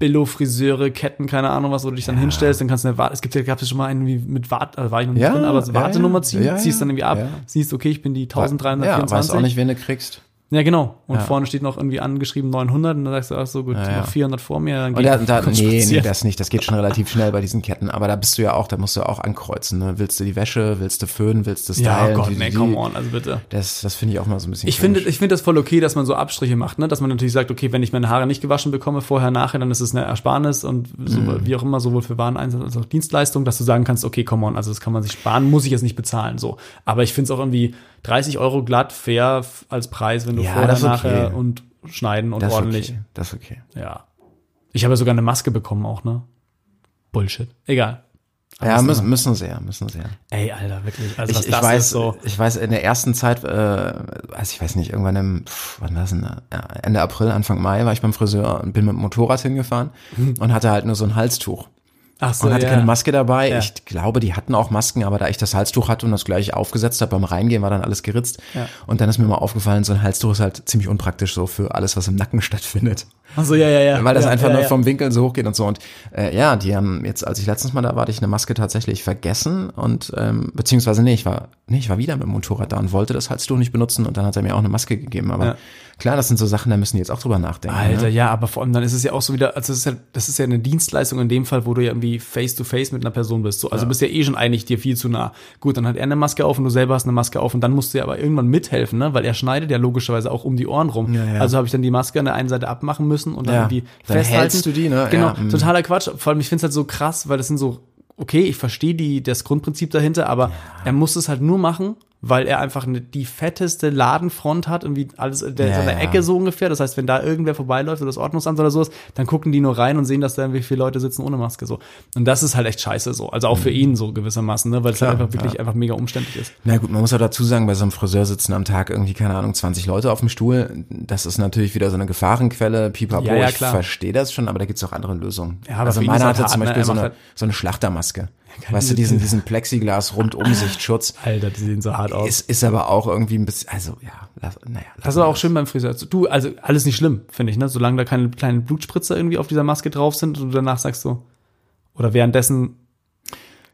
Billo-Friseure, Ketten, keine Ahnung was, wo du dich dann hinstellst, dann kannst du eine Warte, es gibt ja, gab es schon mal einen wie mit Wart, also war ich noch nicht
Ja,
drin, aber so
ja,
Wartenummer
ja.
ziehen,
Ja, ja.
ziehst dann irgendwie ab,
Ja.
siehst, okay, ich bin die
Ja,
1324.
weißt auch nicht, wen du kriegst.
Ja, genau. Und vorne steht noch irgendwie angeschrieben 900 und dann sagst du, ach so, gut,
ja.
noch 400 vor mir, dann
Und da, da,
kurz
nee, nee,
(laughs) spazieren.
das nicht. Das geht schon relativ schnell bei diesen Ketten. Aber da bist du ja auch, da musst du auch ankreuzen. Ne? Willst du die Wäsche, willst du föhnen, willst du stylen?
Ja, oh Gott,
die,
nee,
die-
come on, also bitte.
Das, das finde ich auch mal so ein bisschen
Ich finde,
komisch.
ich finde das voll okay, dass man so Abstriche macht, ne? Dass man natürlich sagt, okay, wenn ich meine Haare nicht gewaschen bekomme, vorher, nachher, dann ist es eine Ersparnis und so,
Mhm.
wie auch immer, sowohl für Wareneinsatz als auch Dienstleistung, dass du sagen kannst, okay, come on, also das kann man sich sparen, muss ich jetzt nicht bezahlen, so. Aber ich finde es auch irgendwie 30 Euro glatt, fair f- als Preis, wenn du
Ja,
vorher,
das ist
nachher
okay.
und schneiden und
das ist
ordentlich.
Okay. Das ist okay.
Ja. Ich habe ja sogar eine Maske bekommen auch, ne? Bullshit. Egal.
Ja, müssen, müssen sie ja, müssen sie ja.
Ey, Alter, wirklich. Also,
Ich,
was
ich
das
weiß,
ist so.
ich weiß, in der ersten Zeit, äh, also ich weiß nicht, irgendwann im, pf, wann war es denn, da? Ja, Ende April, Anfang Mai war ich beim Friseur und bin mit dem Motorrad hingefahren und hatte halt nur so ein Halstuch.
Ach Mhm. so,
und hatte
ja.
keine Maske dabei.
Ja.
Ich glaube, die hatten auch Masken, aber da ich das Halstuch hatte und das gleiche aufgesetzt habe, beim Reingehen war dann alles geritzt.
Ja.
Und dann ist mir mal aufgefallen, so ein Halstuch ist halt ziemlich unpraktisch so für alles, was im Nacken stattfindet.
Ach so, ja, ja, ja.
Weil das
ja,
einfach
ja,
nur
ja.
vom Winkel so hochgeht und so. Und äh, ja, die haben jetzt, als ich letztens mal da war, hatte ich eine Maske tatsächlich vergessen und ähm, beziehungsweise nee, ich war, nee, ich war wieder mit dem Motorrad da und wollte das Halstuch nicht benutzen und dann hat er mir auch eine Maske gegeben. Aber
Ja.
klar, das sind so Sachen, da müssen die jetzt auch drüber nachdenken.
Alter,
ne?
ja, aber vor allem dann ist es ja auch so wieder, also das ist ja, das ist ja eine Dienstleistung in dem Fall, wo du ja irgendwie face to face mit einer Person bist. So, also bist ja eh schon eigentlich dir viel zu nah. Gut, dann hat er eine Maske auf und du selber hast eine Maske auf und dann musst du ja aber irgendwann mithelfen, ne? Weil er schneidet ja logischerweise auch um die Ohren rum.
Ja, ja.
Also habe ich dann die Maske an der einen Seite abmachen müssen und dann
Ja.
irgendwie
Dann
festhalten.
hältst du die, ne?
Genau,
Ja, mhm.
totaler Quatsch. Vor allem, ich finde es halt so krass, weil das sind so, okay, ich verstehe die, das Grundprinzip dahinter, aber er muss es halt nur machen, weil er einfach eine, die fetteste Ladenfront hat, irgendwie alles, der ist
Ja,
an der
ja.
Ecke so ungefähr. Das heißt, wenn da irgendwer vorbeiläuft oder das Ordnungsamt oder sowas, dann gucken die nur rein und sehen, dass da irgendwie viele Leute sitzen ohne Maske so. Und das ist halt echt scheiße so. Also auch für ihn so gewissermaßen, ne? weil es halt einfach wirklich einfach mega umständlich ist.
Na gut, man muss auch dazu sagen, bei so einem Friseur sitzen am Tag irgendwie, keine Ahnung, 20 Leute auf dem Stuhl. Das ist natürlich wieder so eine Gefahrenquelle. Pipapo,
Ja, ja,
ich
klar.
verstehe das schon, aber da gibt's auch andere Lösungen.
Ja, aber
also
für ihn
meiner
ist halt
hatte
hart,
zum
ne?
Beispiel
Er
so,
macht
eine,
halt-
so eine Schlachtermaske.
keine
weißt du,
Lüge.
diesen, diesen Plexiglas-Rundumsichtsschutz
Alter, die sehen so hart aus.
ist, ist aber auch irgendwie ein bisschen, also ja, lass, naja.
Das ist aber auch schön beim Friseur. Du, also alles nicht schlimm, finde ich, ne? Solange da keine kleinen Blutspritzer irgendwie auf dieser Maske drauf sind und du danach sagst so, oder währenddessen,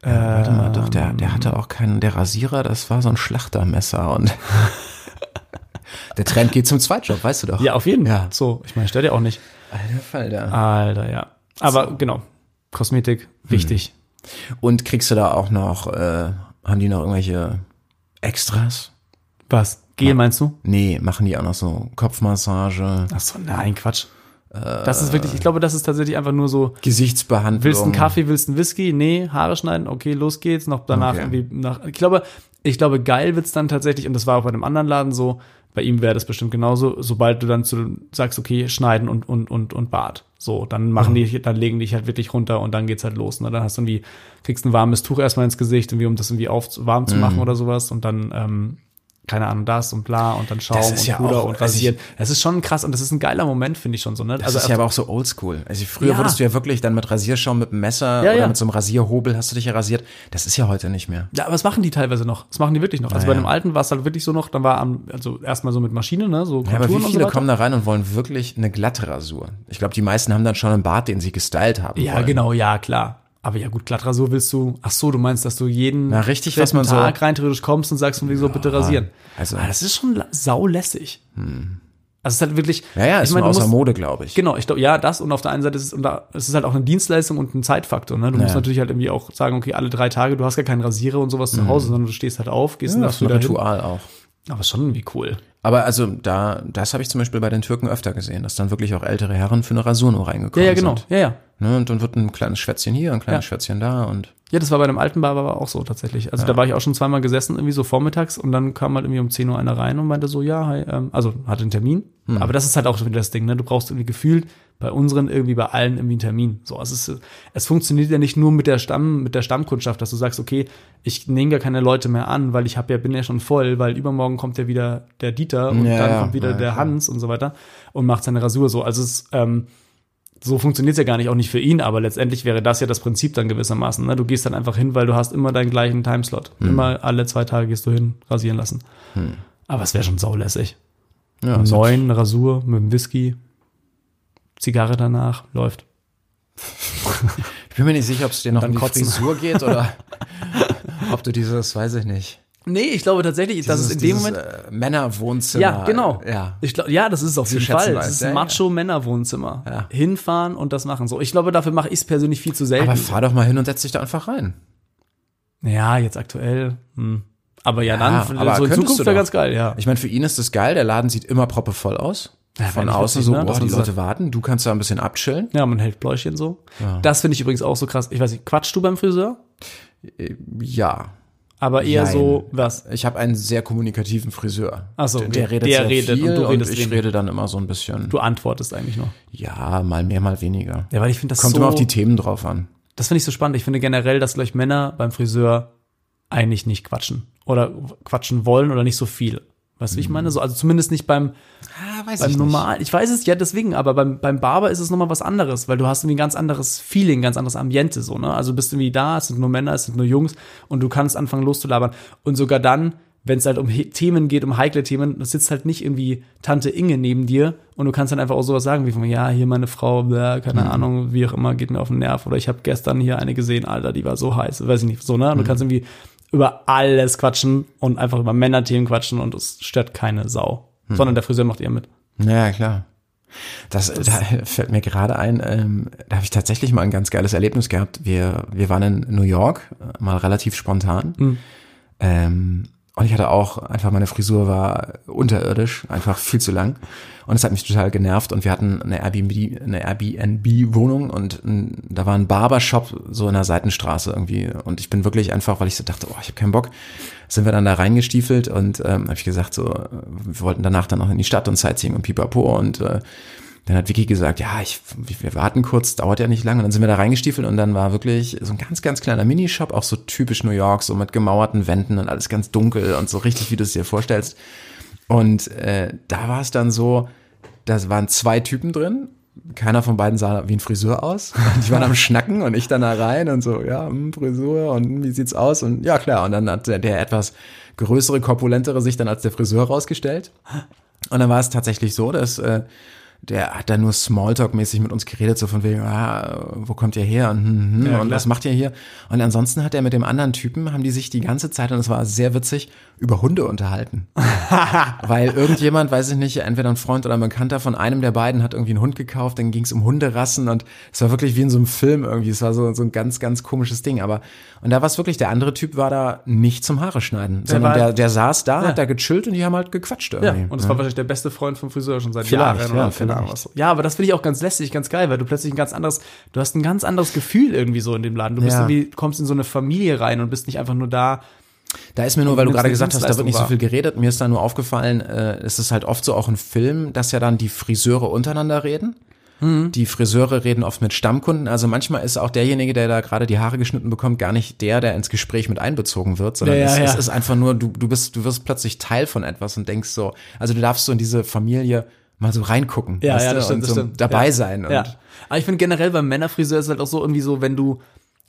Warte mal, doch,
Ähm.
der, der hatte auch keinen, der Rasierer, das war so ein Schlachtermesser und (laughs) der Trend geht zum Zweitjob, weißt du doch.
ja, auf jeden Fall.
Ja.
So, ich meine, stört ja auch nicht.
Alter Fall da.
Alter, ja. Aber genau, Kosmetik, wichtig.
Und kriegst du da auch noch, äh, haben die noch irgendwelche Extras?
Was? Gel meinst du?
Nee, machen die auch noch so Kopfmassage,
Ach so, nein, Quatsch. Das ist wirklich, ich glaube, das ist tatsächlich einfach nur so,
Gesichtsbehandlung.
willst du einen Kaffee, willst du einen Whisky? Nee, Haare schneiden, okay, los geht's. Noch danach
Okay.
irgendwie nach. Ich glaube, ich glaube, geil wird's dann tatsächlich, und das war auch bei einem anderen Laden so, Bei ihm wäre das bestimmt genauso, sobald du dann zu, sagst, okay, schneiden und, und, und, und Bart. So, dann
Mhm.
machen die, dann legen die dich halt wirklich runter und dann geht's halt los. Ne? Dann hast du irgendwie, kriegst ein warmes Tuch erstmal ins Gesicht, irgendwie, um das irgendwie auf, warm zu
Mhm.
machen oder sowas und dann, ähm, keine Ahnung, das und bla und dann Schaum
Das ist
und
ja auch-
Puder
also ich-
und Rasieren. das ist schon krass und das ist ein geiler Moment, finde ich schon so, ne?
Das ist ja aber auch so oldschool. Also früher
Ja.
wurdest du ja wirklich dann mit Rasierschaum, mit einem Messer
Ja,
oder
ja.
mit so einem Rasierhobel hast du dich ja rasiert. Das ist ja heute nicht mehr.
Ja, aber das machen die teilweise noch. Das machen die wirklich noch. Also bei
ja.
dem alten war es halt wirklich so noch, dann war am, also erstmal so mit Maschine, ne? So
Ja, aber wie
Konturen und so
viele
weiter.
kommen da rein und wollen wirklich eine glatte Rasur? Ich glaube, die meisten haben dann schon einen Bart, den sie gestylt haben
Ja,
wollen.
genau, ja, klar. Aber ja gut, Glattrasur willst du. Ach so, du meinst, dass du jeden
Na, richtig,
dritten
was man so-
Tag rein theoretisch kommst und sagst, von wegen so bitte rasieren.
also- Hm.
Ah, das ist schon la- saulässig. Also es ist halt wirklich
Ja, ja, ist
meine,
nur
du
außer
musst-
Mode, glaube ich.
Genau, ich glaube, ja, das und auf der einen Seite ist es, und da, es ist halt auch eine Dienstleistung und ein Zeitfaktor. Ne? Du musst natürlich halt irgendwie auch sagen, okay, alle drei Tage, du hast gar keinen Rasierer und sowas
Hm.
zu Hause, sondern du stehst halt auf, gehst in
Das
das
ist ein
früh dahin.
Ritual auch.
Aber schon irgendwie cool.
Aber also da, das habe ich zum Beispiel bei den Türken öfter gesehen, dass dann wirklich auch ältere Herren für eine Rasur nur
Ja,
reingekommen
ja, genau.
sind.
Ja, ja.
Ne, und dann wird ein kleines Schwätzchen hier, ein kleines
Ja.
Schwätzchen da und
Ja, das war bei dem alten Barber auch so tatsächlich. Also da war ich auch schon zweimal gesessen, irgendwie so vormittags und dann kam halt irgendwie um 10 Uhr einer rein und meinte so, ja, hi, ähm, also hatte einen Termin.
Hm.
Aber das ist halt auch wieder das Ding, ne? Du brauchst irgendwie gefühlt bei unseren irgendwie bei allen irgendwie einen Termin. So, es ist, es funktioniert ja nicht nur mit der Stamm, mit der Stammkundschaft, dass du sagst, okay, ich nehme gar keine Leute mehr an, weil ich hab ja, bin ja schon voll, weil übermorgen kommt ja wieder der Dieter und
Ja,
dann
ja,
kommt wieder
ja,
der
klar.
Hans und so weiter und macht seine Rasur so. Also es, ähm, so funktioniert's ja gar nicht, auch nicht für ihn, aber letztendlich wäre das ja das Prinzip dann gewissermaßen. Ne? Du gehst dann einfach hin, weil du hast immer deinen gleichen Timeslot.
Hm.
Immer alle zwei Tage gehst du hin, rasieren lassen. Aber es wäre schon saulässig.
ja,
Um
also
Neun, eine Rasur mit dem Whisky, Zigarre danach, läuft.
Ich bin mir nicht sicher, ob es dir noch
dann
um die
kotzen.
Frisur geht
(laughs)
oder ob du dieses, weiß ich nicht.
Nee, ich glaube tatsächlich, dass es in dem
dieses,
Moment
äh, Männerwohnzimmer.
Ja, genau.
Ja.
Ich glaub, ja, das ist es auf jeden
schätzen
Fall.
weiß,
Das ist
ja,
ein
ja.
Macho-Männer-Wohnzimmer. Hinfahren und das machen. So, ich glaube, dafür mache ich es persönlich viel zu selten.
Aber fahr doch mal hin und setz dich da einfach rein.
ja, jetzt aktuell. Hm. Aber ja,
Ja,
dann
aber
so in
könntest
Zukunft
du
wäre
doch.
ganz geil, ja.
Ich meine, für ihn ist das geil, der Laden sieht immer proppevoll aus.
wär
Von
nicht
außen
witzig,
so,
ne,
boah,
dass
die
man so
Leute
sagt-
warten, du kannst da ein bisschen abchillen.
Ja, man hält Bläuchchen so. Das finde ich übrigens auch so krass. Ich weiß nicht, quatschst du beim Friseur?
Äh, Ja.
Aber eher
Nein.
so, was?
Ich habe einen sehr kommunikativen Friseur.
Ach so,
der,
okay.
der redet
Der
sehr
redet
viel
und du redest
ich
wenig.
rede dann immer so ein bisschen.
Du antwortest eigentlich nur.
Ja, mal mehr, mal weniger.
Ja, weil ich finde das
Kommt
so,
immer auf die Themen drauf an.
das finde ich so spannend. Ich finde generell, dass gleich Männer beim Friseur eigentlich nicht quatschen. Oder quatschen wollen oder nicht so viel. Weißt du, wie ich meine? So, also zumindest nicht beim,
Ah, weiß
beim normalen, ich weiß es ja deswegen, aber beim, beim Barber ist es nochmal was anderes, weil du hast irgendwie ein ganz anderes Feeling, ganz anderes Ambiente so, ne? Also bist irgendwie da, es sind nur Männer, es sind nur Jungs und du kannst anfangen loszulabern. Und sogar dann, wenn es halt um He- Themen geht, um heikle Themen, das sitzt halt nicht irgendwie Tante Inge neben dir und du kannst dann einfach auch sowas sagen wie von, ja, hier meine Frau, bla, keine Ahnung, wie auch immer, geht mir auf den Nerv oder ich habe gestern hier eine gesehen, Alter, die war so heiß, weiß ich nicht, so, ne? Und du kannst irgendwie über alles quatschen und einfach über Männerthemen quatschen und es stört keine Sau. Sondern der Friseur macht eher mit.
Ja, klar. Das, da fällt mir gerade ein, ähm, da habe ich tatsächlich mal ein ganz geiles Erlebnis gehabt. Wir, wir waren in New York, äh, mal relativ spontan.
Mhm.
Ähm, und ich hatte auch, einfach meine Frisur war unterirdisch, einfach viel zu lang. Und es hat mich total genervt. Und wir hatten eine Airbnb, eine Airbnb-Wohnung und ähm, da war ein Barbershop so in der Seitenstraße irgendwie. Und ich bin wirklich einfach, weil ich so dachte, oh, ich habe keinen Bock, sind wir dann da reingestiefelt und ähm, habe ich gesagt, so, äh, wir wollten danach dann noch in die Stadt und Sightseeing und pipapo und äh, dann hat Vicky gesagt, ja, ich, wir warten kurz, dauert ja nicht lange. Und dann sind wir da reingestiefelt und dann war wirklich so ein ganz, ganz kleiner Minishop, auch so typisch New York, so mit gemauerten Wänden und alles ganz dunkel und so richtig, wie du es dir vorstellst. Und äh, da war es dann so, da waren zwei Typen drin. Keiner von beiden sah wie ein Friseur aus. (laughs) Und Die waren am Schnacken und ich dann da rein und so, ja, hm, Frisur und hm, wie sieht's aus? Und ja, klar. Und dann hat der, der etwas größere, korpulentere sich dann als der Friseur rausgestellt. Und dann war es tatsächlich so, dass äh, der hat dann nur Smalltalk-mäßig mit uns geredet, so von wegen, ah, wo kommt ihr her und, hm, hm,
Ja,
und
klar.
was macht ihr hier? Und ansonsten hat er mit dem anderen Typen, haben die sich die ganze Zeit, und es war sehr witzig, über Hunde unterhalten. Weil irgendjemand, weiß ich nicht, entweder ein Freund oder ein Bekannter von einem der beiden hat irgendwie einen Hund gekauft, dann ging es um Hunderassen und es war wirklich wie in so einem Film irgendwie. Es war so, so ein ganz, ganz komisches Ding. Aber und da war es wirklich, der andere Typ war da nicht zum Haare schneiden, sondern
war-
der, der saß da, hat da gechillt und die haben halt gequatscht
Ja,
irgendwie.
und es war wahrscheinlich der beste Freund vom Friseur schon seit
Vielleicht,
Jahren.
ja,
oder keine Ahnung
vielleicht.
was. ja, aber das finde ich auch ganz lästig, ganz geil, weil du plötzlich ein ganz anderes, du hast ein ganz anderes Gefühl irgendwie so in dem Laden. Du bist
Ja.
irgendwie, du kommst in so eine Familie rein und bist nicht einfach nur da,
Da ist mir nur, weil du
nimmst
gerade
eine
gesagt hast, da wird nicht so viel
Dienstleistung
geredet, mir ist da nur aufgefallen, äh, es ist halt oft so auch in Filmen, dass ja dann die Friseure untereinander reden.
Mhm.
Die Friseure reden oft mit Stammkunden. Also manchmal ist auch derjenige, der da gerade die Haare geschnitten bekommt, gar nicht der, der ins Gespräch mit einbezogen wird, sondern
Ja, ja,
es,
ja.
es ist einfach nur, du, du bist, du wirst plötzlich Teil von etwas und denkst so, also du darfst so in diese Familie mal so reingucken.
Ja, ja,
du,
das stimmt,
und
das
so
stimmt.
dabei
ja.
sein. Und
ja. Aber ich finde generell beim Männerfriseur ist es halt auch so irgendwie so, wenn du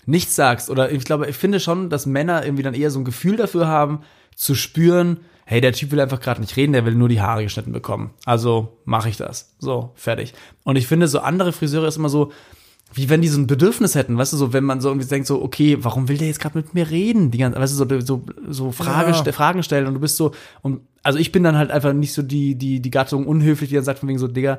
nichts sagst oder ich glaube, ich finde schon, dass Männer irgendwie dann eher so ein Gefühl dafür haben, zu spüren, hey, der Typ will einfach gerade nicht reden, der will nur die Haare geschnitten bekommen. Also mache ich das. So, fertig. Und ich finde, so andere Friseure ist immer so, wie wenn die so ein Bedürfnis hätten, weißt du, so wenn man so irgendwie denkt, so, okay, warum will der jetzt gerade mit mir reden? Die ganze, weißt du, so, so, so Frage,
Ja.
ste- Fragen stellen und du bist so, und also ich bin dann halt einfach nicht so die, die, die Gattung unhöflich, die dann sagt von wegen so, Digga,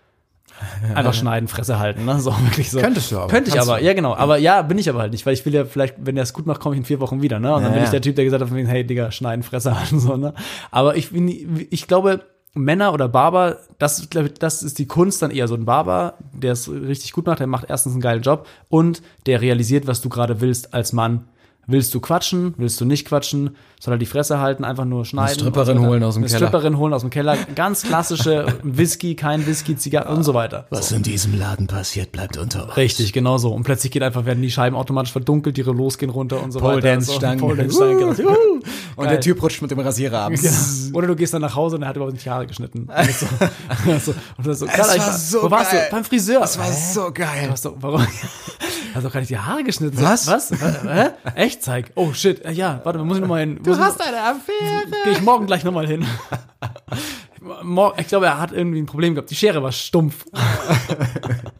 (laughs) einfach schneiden, Fresse halten, ne? So wirklich so.
Könntest du aber.
Könnte ich
Kannst
aber,
du.
ja genau. Aber ja, bin ich aber halt nicht, weil ich will ja vielleicht, wenn der es gut macht, komme ich in vier Wochen wieder, ne? Und dann
Ja,
bin ich
ja.
der Typ, der gesagt hat, von wegen, hey Digga, schneiden, Fresse halten, so, ne? Aber ich, bin- ich glaube, Männer oder Barber, das, glaub ich, das ist die Kunst dann eher so ein Barber, der es richtig gut macht, der macht erstens einen geilen Job und der realisiert, was du gerade willst als Mann. Willst du quatschen? Willst du nicht quatschen? Soll er die Fresse halten? Einfach nur schneiden? und so
Stripperin
weiter.
holen aus dem
Eine
Keller.
Stripperin holen aus dem Keller. Ganz klassische Whisky, kein Whisky, Zigarre und so weiter.
Was in diesem Laden passiert, bleibt unter uns.
Richtig, genau so. Und plötzlich geht einfach, werden die Scheiben automatisch verdunkelt, die Relos gehen runter und so weiter.
Pole-Dance-Stangen.
Pole Dance
(laughs)
Stangen. Genau. Juhu.
Und
Geil.
der Typ rutscht mit dem Rasierer ab.
Genau. Oder du gehst dann nach Hause und er hat überhaupt nicht die
(laughs)
Haare geschnitten. Und das so, (laughs) so, und das so, Karl,
war
ich
so
wo warst
geil.
du? Beim Friseur.
Das war so
Du
geil.
hast doch, warum? (laughs) Hast doch gar nicht die Haare geschnitten.
Was?
Was? Hä? Echt? Zeig. Oh shit. Äh, Ja, warte, muss ich nochmal hin. Du hast
eine Affäre.
Gehe ich morgen gleich nochmal hin. (laughs) Mor- Ich glaube, er hat irgendwie ein Problem gehabt. Die Schere war stumpf. (laughs)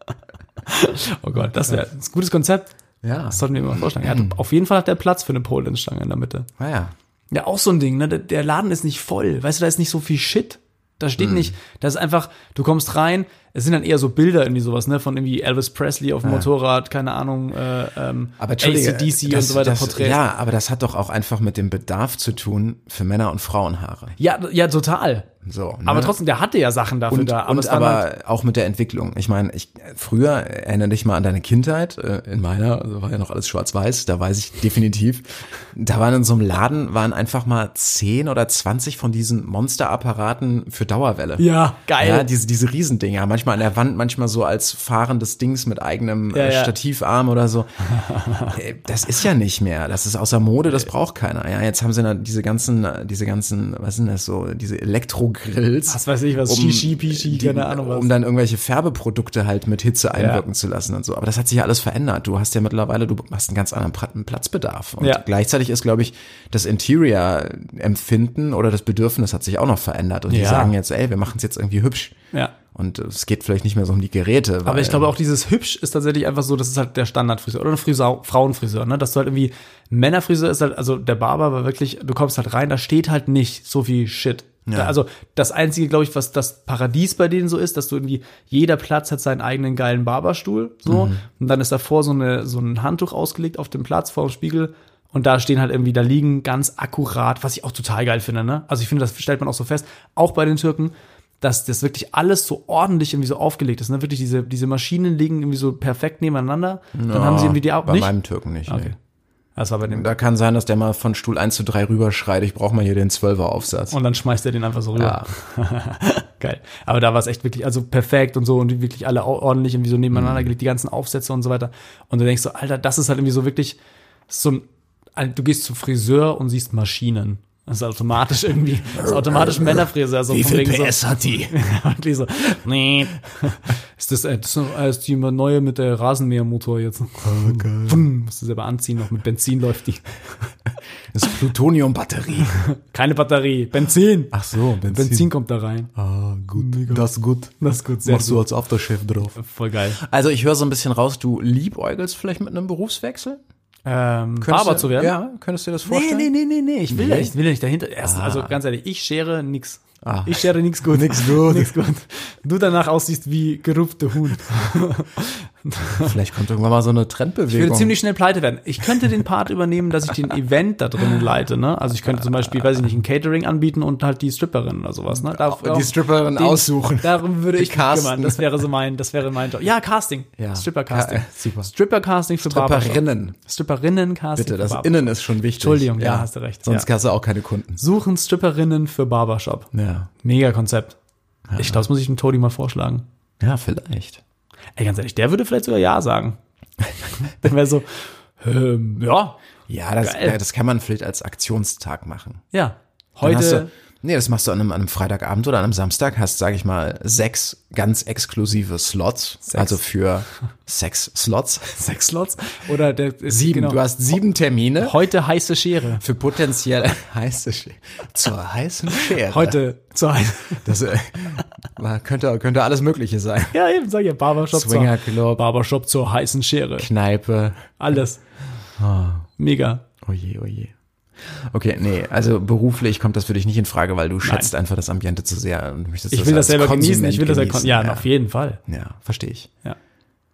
oh Gott, das wäre ein gutes Konzept.
Ja.
Das sollten wir ihm mal vorschlagen. Er hat, auf jeden Fall hat er Platz für eine Polenstange in der Mitte.
Naja.
Ja, auch so ein Ding, ne? Der, der Laden ist nicht voll. Weißt du, da ist nicht so viel Shit. Da steht nicht, das ist einfach, du kommst rein, es sind dann eher so Bilder irgendwie sowas, ne? Von irgendwie Elvis Presley auf dem Motorrad, keine Ahnung, äh, ähm,
Aber Entschuldige,
AC/DC und
das-
so weiter,
das,
Porträts.
Ja, aber das hat doch auch einfach mit dem Bedarf zu tun für Männer und Frauenhaare.
ja, ja, total.
So, ne?
Aber trotzdem, der hatte ja Sachen dafür
und,
da.
aber, und
es waren
aber
halt-
auch mit der Entwicklung. Ich meine, ich früher erinnere dich mal an deine Kindheit. äh, In meiner also war ja noch alles schwarz-weiß. Da weiß ich definitiv. Da waren in so einem Laden waren einfach mal 10 oder 20 von diesen Monsterapparaten für Dauerwelle.
ja, geil.
Ja, diese, diese Riesendinger, manchmal an der Wand, manchmal so als fahrendes Dings mit eigenem
Ja,
äh,
ja.
Stativarm oder so. Äh, das ist ja nicht mehr. Das ist außer Mode, das braucht keiner. Ja, jetzt haben sie dann diese ganzen, äh, diese ganzen, was sind das so, diese Elektrogrills. um
was weiß ich was, Shishi, Pishi,
die-
keine Ahnung was.
Um dann irgendwelche Färbeprodukte halt mit Hitze einwirken zu lassen und so. Aber das hat sich ja alles verändert. Du hast ja mittlerweile, du hast einen ganz anderen Pra- Platzbedarf. Und
Ja.
gleichzeitig ist, glaube ich, das Interior-Empfinden oder das Bedürfnis hat sich auch noch verändert. Und die
Ja.
sagen jetzt, ey, wir machen es jetzt irgendwie hübsch.
ja.
Und es geht vielleicht nicht mehr so um die Geräte.
Aber ich glaube auch dieses hübsch ist tatsächlich einfach so, das ist halt der Standardfriseur oder ein Friseur, Frauenfriseur, ne? Dass du halt irgendwie Männerfriseur ist halt, also der Barber war wirklich, du kommst halt rein, da steht halt nicht so viel Shit. Da, also das einzige, glaube ich, was das Paradies bei denen so ist, dass du irgendwie jeder Platz hat seinen eigenen geilen Barberstuhl, so
Mhm.
und dann ist davor so eine so ein Handtuch ausgelegt auf dem Platz vor dem Spiegel. Und da stehen halt irgendwie, da liegen ganz akkurat, was ich auch total geil finde, ne? Also ich finde, das stellt man auch so fest, auch bei den Türken, dass das wirklich alles so ordentlich irgendwie so aufgelegt ist. Ne? Wirklich diese, diese Maschinen liegen irgendwie so perfekt nebeneinander. Dann haben sie irgendwie die auch
Oh, bei
nicht.
meinem Türken nicht.
Okay. Das war bei dem.
Nee. Da kann sein, dass der mal von Stuhl 1 zu 3 rüberschreit, ich brauche mal hier den 12er Aufsatz.
Und dann schmeißt er den einfach so rüber. Geil. Aber da war es echt wirklich, also perfekt und so und die wirklich alle au- ordentlich irgendwie so nebeneinander gelegt, die ganzen Aufsätze und so weiter. Und du denkst so, Alter, das ist halt irgendwie so wirklich so ein, ein- du gehst zum Friseur und siehst Maschinen. Das ist automatisch irgendwie, das ist automatisch ein Männerfriseur. So
Wie
von
viel
wegen so-
PS hat
(laughs)
die?
Und die so, nee. Ist das, äh, das ist die neue mit der Rasenmähermotor jetzt? Wum, Musst du selber anziehen, noch mit Benzin läuft die.
Das ist Plutonium-Batterie.
Keine Batterie, Benzin.
Ach so, Benzin.
Benzin kommt da rein.
Ah, gut. Das ist gut.
Das ist gut, sehr gut.
als Afterchef drauf.
Voll geil.
Also ich höre so ein bisschen raus, du liebäugelst vielleicht mit einem Berufswechsel?
Ähm,
Könntest
Barber
du-
zu werden?
Ja, könntest du dir das
Nee,
vorstellen?
nee, nee, nee, nee, ich will ja
Nee?
nicht, will ja nicht dahinter. Erst, Also ganz ehrlich, ich schere nix.
Ah.
Ich (laughs) schere nix gut. Nix gut. nix gut. Du danach aussiehst wie gerupfte Huhn.
Vielleicht kommt irgendwann mal so eine
Ich
Trendbewegung.
würde ziemlich schnell pleite werden. Ich könnte den Part übernehmen, dass ich den Event da drinnen leite, ne? Also ich könnte zum Beispiel, weiß ich nicht, ein Catering anbieten und halt die Stripperin oder sowas, ne? Da,
die Stripperin aussuchen.
Darum würde ich mich
Casten.
kümmern. Das wäre so mein, das wäre mein Job. Ja, Casting.
Ja.
Stripper-Casting.
Ja, äh, super.
Stripper-Casting für Barbershop.
Stripperinnen.
Stripperinnen-Casting
Bitte,
für
das
Barbershop.
Innen ist schon wichtig.
Entschuldigung, ja, hast du recht.
Sonst
Ja.
hast du auch keine Kunden.
Suchen Stripperinnen für Barbershop.
Ja.
Mega Konzept. Ich glaube, das muss ich dem Todi mal vorschlagen.
Ja, vielleicht.
Ey, ganz ehrlich, der würde vielleicht sogar Ja sagen. (laughs) Dann wäre so, ähm, ja,
Ja, das,
Geil.
ja, das kann man vielleicht als Aktionstag machen.
ja.
Dann hast
Heute,
Du, nee, das machst du an einem, an einem Freitagabend oder an einem Samstag, hast, sage ich mal, sechs ganz exklusive Slots. Also
(laughs)
für sechs Slots.
sechs Slots oder der ist
Sieben.
Genau,
Du hast sieben Termine
heute heiße Schere.
für potenziell (laughs) heiße Schere. Zur heißen Schere.
Heute zur heißen. (laughs)
Das äh, war- könnte, könnte alles Mögliche sein.
Ja, eben sag ich ja Barbershop
Swinger
zur
Club.
Barbershop zur heißen Schere.
Kneipe.
Alles.
Ah.
Mega.
Oje, oje. oh Okay, nee, also beruflich kommt das für dich nicht in Frage, weil du schätzt einfach das Ambiente zu sehr und möchtest
Ich
das
will das
als
selber
Konsument
genießen. Ich will das ja, kon-
genießen.
ja, auf jeden Fall.
Ja, verstehe ich.
Ja.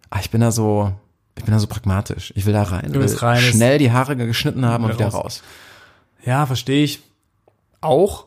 Ah, ich bin da so, ich bin da so pragmatisch. Ich will da rein.
willst
will
rein, das-
schnell die Haare geschnitten haben und
wieder
wieder raus.
Ja, verstehe ich. Auch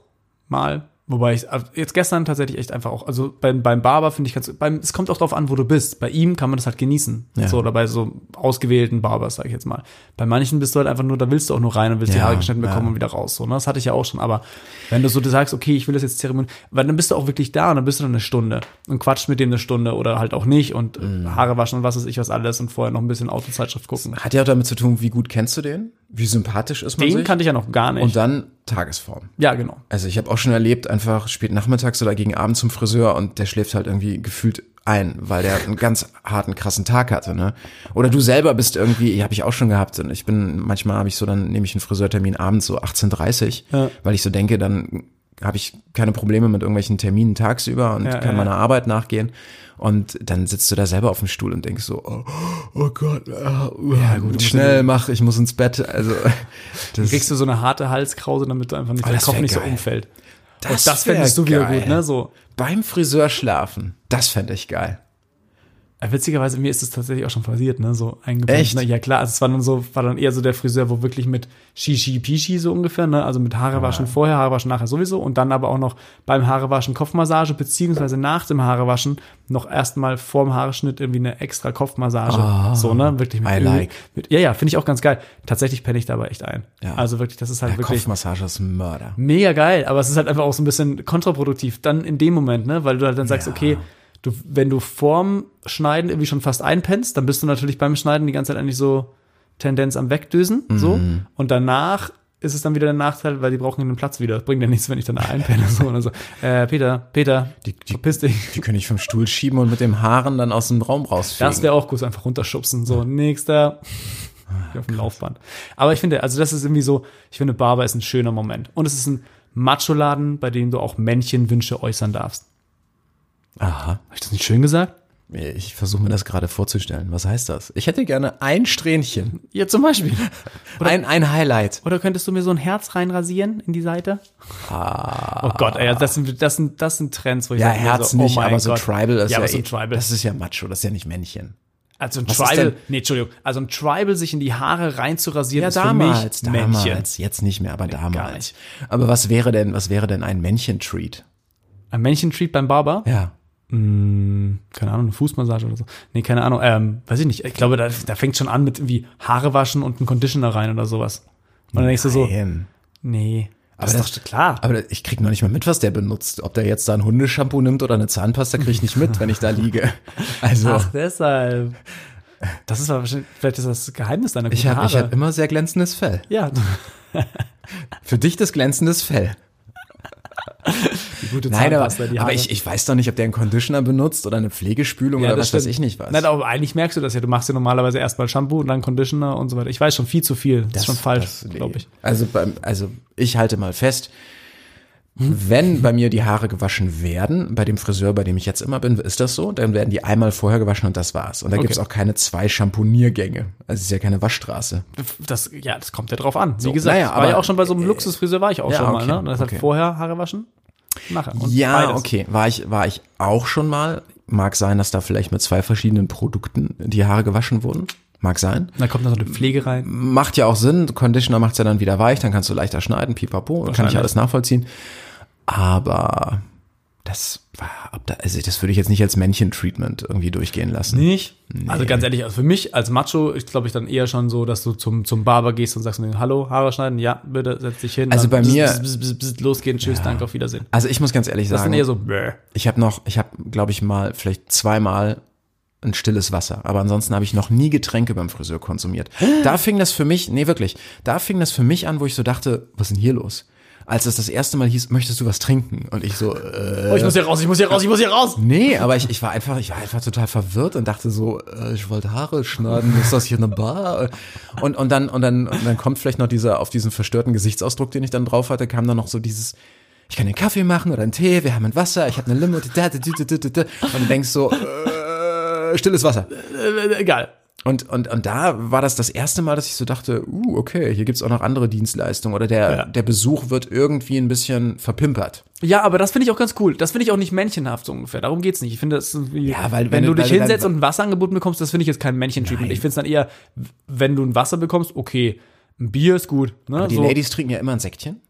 mal. Wobei ich jetzt gestern tatsächlich echt einfach auch, also beim, beim Barber finde ich ganz, beim, es kommt auch drauf an, wo du bist. Bei ihm kann man das halt genießen.
Ja.
So, oder bei so ausgewählten Barbers, sage ich jetzt mal. Bei manchen bist du halt einfach nur, da willst du auch nur rein und willst die
Ja,
Haare geschnitten bekommen
ja.
und wieder raus. So, ne? Das hatte ich ja auch schon. Aber wenn du so du sagst, okay, ich will das jetzt Zeremonie, weil dann bist du auch wirklich da und dann bist du dann eine Stunde und quatscht mit dem eine Stunde oder halt auch nicht und äh,
Mhm.
Haare waschen und was weiß ich was alles und vorher noch ein bisschen Autozeitschrift gucken.
Hat ja auch damit zu tun, wie gut kennst du den? Wie sympathisch ist man
Den
sich?
kannte ich ja noch gar nicht.
und dann Tagesform.
ja, genau.
Also ich habe auch schon erlebt, einfach spät nachmittags oder gegen Abend zum Friseur und der schläft halt irgendwie gefühlt ein, weil der einen ganz harten, krassen Tag hatte. Ne? Oder du selber bist irgendwie, habe ich auch schon gehabt. Und ich bin, manchmal habe ich so, dann nehme ich einen Friseurtermin abends so 18.30
Ja.
weil ich so denke, dann habe ich keine Probleme mit irgendwelchen Terminen tagsüber und
Ja,
kann
ja,
meiner Arbeit nachgehen. Und dann sitzt du da selber auf dem Stuhl und denkst so, oh, oh Gott, ah, uh, schnell mach, ich muss ins Bett. Also das,
kriegst du so eine harte Halskrause, damit du einfach nicht,
Oh,
der
das
Kopf
wär
nicht so
geil.
umfällt.
(laughs) das,
Und das fändest
wär
du wieder
geil.
gut, ne? So.
Beim Friseur schlafen. Das fände ich geil.
Äh, Witzigerweise, mir ist es tatsächlich auch schon passiert, ne? So eingebunden.
Echt?
Ne? Ja, klar. Also es war dann so, war dann eher so der Friseur, wo wirklich mit Shishi Pishi so ungefähr, ne? Also mit
Ah.
Haare waschen vorher, Haare waschen nachher sowieso und dann aber auch noch beim Haare waschen Kopfmassage, beziehungsweise nach dem Haare waschen noch erstmal vorm Haareschnitt irgendwie eine extra Kopfmassage. so, ne? Wirklich mit
Ah, I
Öl.
like.
Mit, ja, ja, finde ich auch ganz geil. Tatsächlich penne ich da aber echt ein.
Ja.
Also wirklich, das ist halt
Ja,
wirklich.
Kopfmassage ist ein Mörder.
Mega geil, aber es ist halt einfach auch so ein bisschen kontraproduktiv dann in dem Moment, ne, weil du halt dann sagst, okay, du wenn du vorm Schneiden irgendwie schon fast einpennst, dann bist du natürlich beim Schneiden die ganze Zeit eigentlich so Tendenz am wegdösen, so
Mhm.
und danach ist es dann wieder der Nachteil, weil die brauchen den Platz wieder. Bringt ja nichts, wenn ich dann einpenne (laughs) so und dann so. Äh, Peter, Peter, verpiss dich.
Die können ich vom Stuhl schieben und mit dem Haaren dann aus dem Raum rausfliegen.
Das wäre auch gut, einfach runterschubsen. So, nächster. Auf dem Laufband. Aber ich finde, also das ist irgendwie so, ich finde, Barber ist ein schöner Moment. Und es ist ein Macho-Laden, bei dem du auch Männchenwünsche äußern darfst.
Aha.
Habe ich das nicht schön gesagt?
Ich versuche mir das gerade vorzustellen. Was heißt das? Ich hätte gerne ein Strähnchen.
Ja, zum Beispiel. (laughs)
Ein, ein Highlight.
Oder könntest du mir so ein Herz reinrasieren in die Seite? Ah. Oh Gott, ey, das sind, das sind, das sind Trends, wo ich
Ja,
sage mir
Herz
so, oh
nicht,
mein
aber so
Gott.
Tribal ist ja,
ja, aber so
eh-
ein Tribal.
Das ist ja Macho, das ist ja nicht Männchen.
Also ein
Was ist
Tribal,
denn-
nee, Entschuldigung, also ein Tribal sich in die Haare reinzurasieren ist für mich
damals.
Männchen.
Jetzt nicht mehr, aber damals.
nicht.
Aber was wäre denn, was wäre denn ein Männchen-Treat?
Ein Männchen-Treat beim Barber?
Ja.
keine Ahnung, eine Fußmassage oder so. Nee, keine Ahnung, ähm, weiß ich nicht. Ich glaube, da, da fängt schon an mit irgendwie Haare waschen und ein Conditioner rein oder sowas. Und dann denkst du so,
Nein.
nee,
Aber das,
klar.
Aber ich krieg noch nicht mal mit, was der benutzt. Ob der jetzt da ein Hundeshampoo nimmt oder eine Zahnpasta, krieg ich nicht mit, wenn ich da liege. (laughs) Also
Ach, deshalb. Das ist aber wahrscheinlich, vielleicht ist das, das Geheimnis deiner guten
ich habe
Haare.
ich hab immer sehr glänzendes Fell.
ja, (laughs)
Für dich das glänzendes Fell.
die gute
Nein, aber,
Zahnpasta, die Haare.
aber ich, ich weiß doch nicht, ob der einen Conditioner benutzt oder eine Pflegespülung
Ja,
oder
das
was weiß
stimmt.
ich nicht was.
Nein, aber eigentlich merkst du das ja. Du machst ja normalerweise erstmal Shampoo und dann Conditioner und so weiter. Ich weiß schon viel zu viel. Das, ist schon falsch,
das- nee.
glaube ich.
Also, beim, also ich halte mal fest, wenn bei mir die Haare gewaschen werden, bei dem Friseur, bei dem ich jetzt immer bin, ist das so, dann werden die einmal vorher gewaschen und das war's. Und da gibt's auch keine zwei Champoniergänge. Also es ist ja keine Waschstraße.
Das, ja, das kommt ja drauf an. Wie
So,
gesagt,
naja,
ich war ja
aber- äh,
auch schon bei so einem Luxusfriseur, war ich auch
Ja,
schon mal.
okay,
Ne? Und das hat
okay.
vorher Haare waschen, nachher. Und
Ja,
beides.
okay. War ich, war ich auch schon mal. Mag sein, dass da vielleicht mit zwei verschiedenen Produkten die Haare gewaschen wurden. Mag sein.
Da kommt dann so eine Pflege rein.
Macht ja auch Sinn. Conditioner macht's ja dann wieder weich, dann kannst du leichter schneiden, pipapo, kann ich
Wahrscheinlich.
alles nachvollziehen. Aber das war, ab da, also das würde ich jetzt nicht als Männchen-Treatment irgendwie durchgehen lassen.
Nicht? Also ganz ehrlich, also für mich als Macho, ich glaube ich dann eher schon so, dass du zum, zum Barber gehst und sagst, hallo, Haare schneiden, ja, bitte, setz dich hin.
Also
Dann
bei mir-
bzz, bzz, bzz, bzz, losgehen, tschüss, danke, auf Wiedersehen.
Also ich muss ganz ehrlich
Das ist dann
sagen,
eher so, bäh.
ich habe noch, ich habe, glaube ich, mal vielleicht zweimal ein stilles Wasser. Aber ansonsten habe ich noch nie Getränke beim Friseur konsumiert. Da fing das für mich, nee, wirklich, da fing das für mich an, wo ich so dachte, was ist denn hier los? Als es das erste Mal hieß, möchtest du was trinken? Und ich so, äh,
Oh, ich muss hier raus, ich muss hier raus, ich muss hier raus.
nee, aber ich, ich war einfach, ich war einfach total verwirrt und dachte so, äh, ich wollte Haare schneiden, ist das hier eine Bar? Und, und dann, und dann, und dann kommt vielleicht noch dieser, auf diesen verstörten Gesichtsausdruck, den ich dann drauf hatte, kam dann noch so dieses, ich kann einen Kaffee machen oder einen Tee, wir haben ein Wasser, ich habe eine Limo, da, da, da, da, da, da, da. und du denkst so, äh, stilles Wasser.
Äh, egal.
Und, und, und da war das das erste Mal, dass ich so dachte, uh, okay, hier gibt's auch noch andere Dienstleistungen oder der, der Besuch wird irgendwie ein bisschen verpimpert.
Ja, aber das finde ich auch ganz cool. Das finde ich auch nicht männchenhaft so ungefähr. Darum geht's nicht. Ich finde, das ist
Ja, weil-
wenn
wenn
du
du-
dich
weil du
hinsetzt
dann-
und ein Wasserangebot bekommst, das finde ich jetzt kein Männchen-Treatment. Ich finde es dann eher, w- wenn du ein Wasser bekommst, okay, ein Bier ist gut. Ne?
Die
So.
Ladies trinken ja immer ein Säckchen.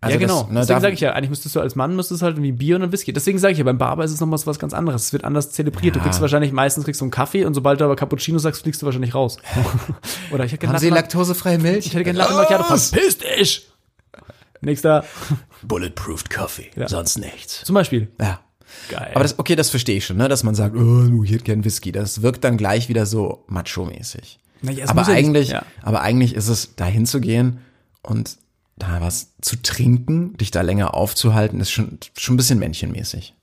Also
ja, genau.
das- ne,
Deswegen
da-
sage ich ja, eigentlich müsstest du als Mann müsstest halt irgendwie Bier und ein Whisky. Deswegen sage ich ja, beim Barber ist es nochmal was ganz anderes. Es wird anders zelebriert. Du kriegst wahrscheinlich meistens kriegst du einen Kaffee und sobald du aber Cappuccino sagst, fliegst du wahrscheinlich
(laughs)
raus. Oder ich hätte gerne
Haben Sie
Latte,
laktosefreie Milch?
ich hätte gerne Latte Macchiato. Verpiss dich! Nächster,
Bulletproofed Coffee. Sonst nichts.
zum Beispiel.
Ja.
Geil.
Aber das, okay, das verstehe ich schon, ne? dass man sagt, oh, du, ich hätte gern Whisky. Das wirkt dann gleich wieder so macho-mäßig.
Naja, es
aber,
muss ja nicht-
eigentlich,
ja.
aber eigentlich ist es, da hinzugehen und da was zu trinken, dich da länger aufzuhalten, ist schon, schon ein bisschen männchenmäßig.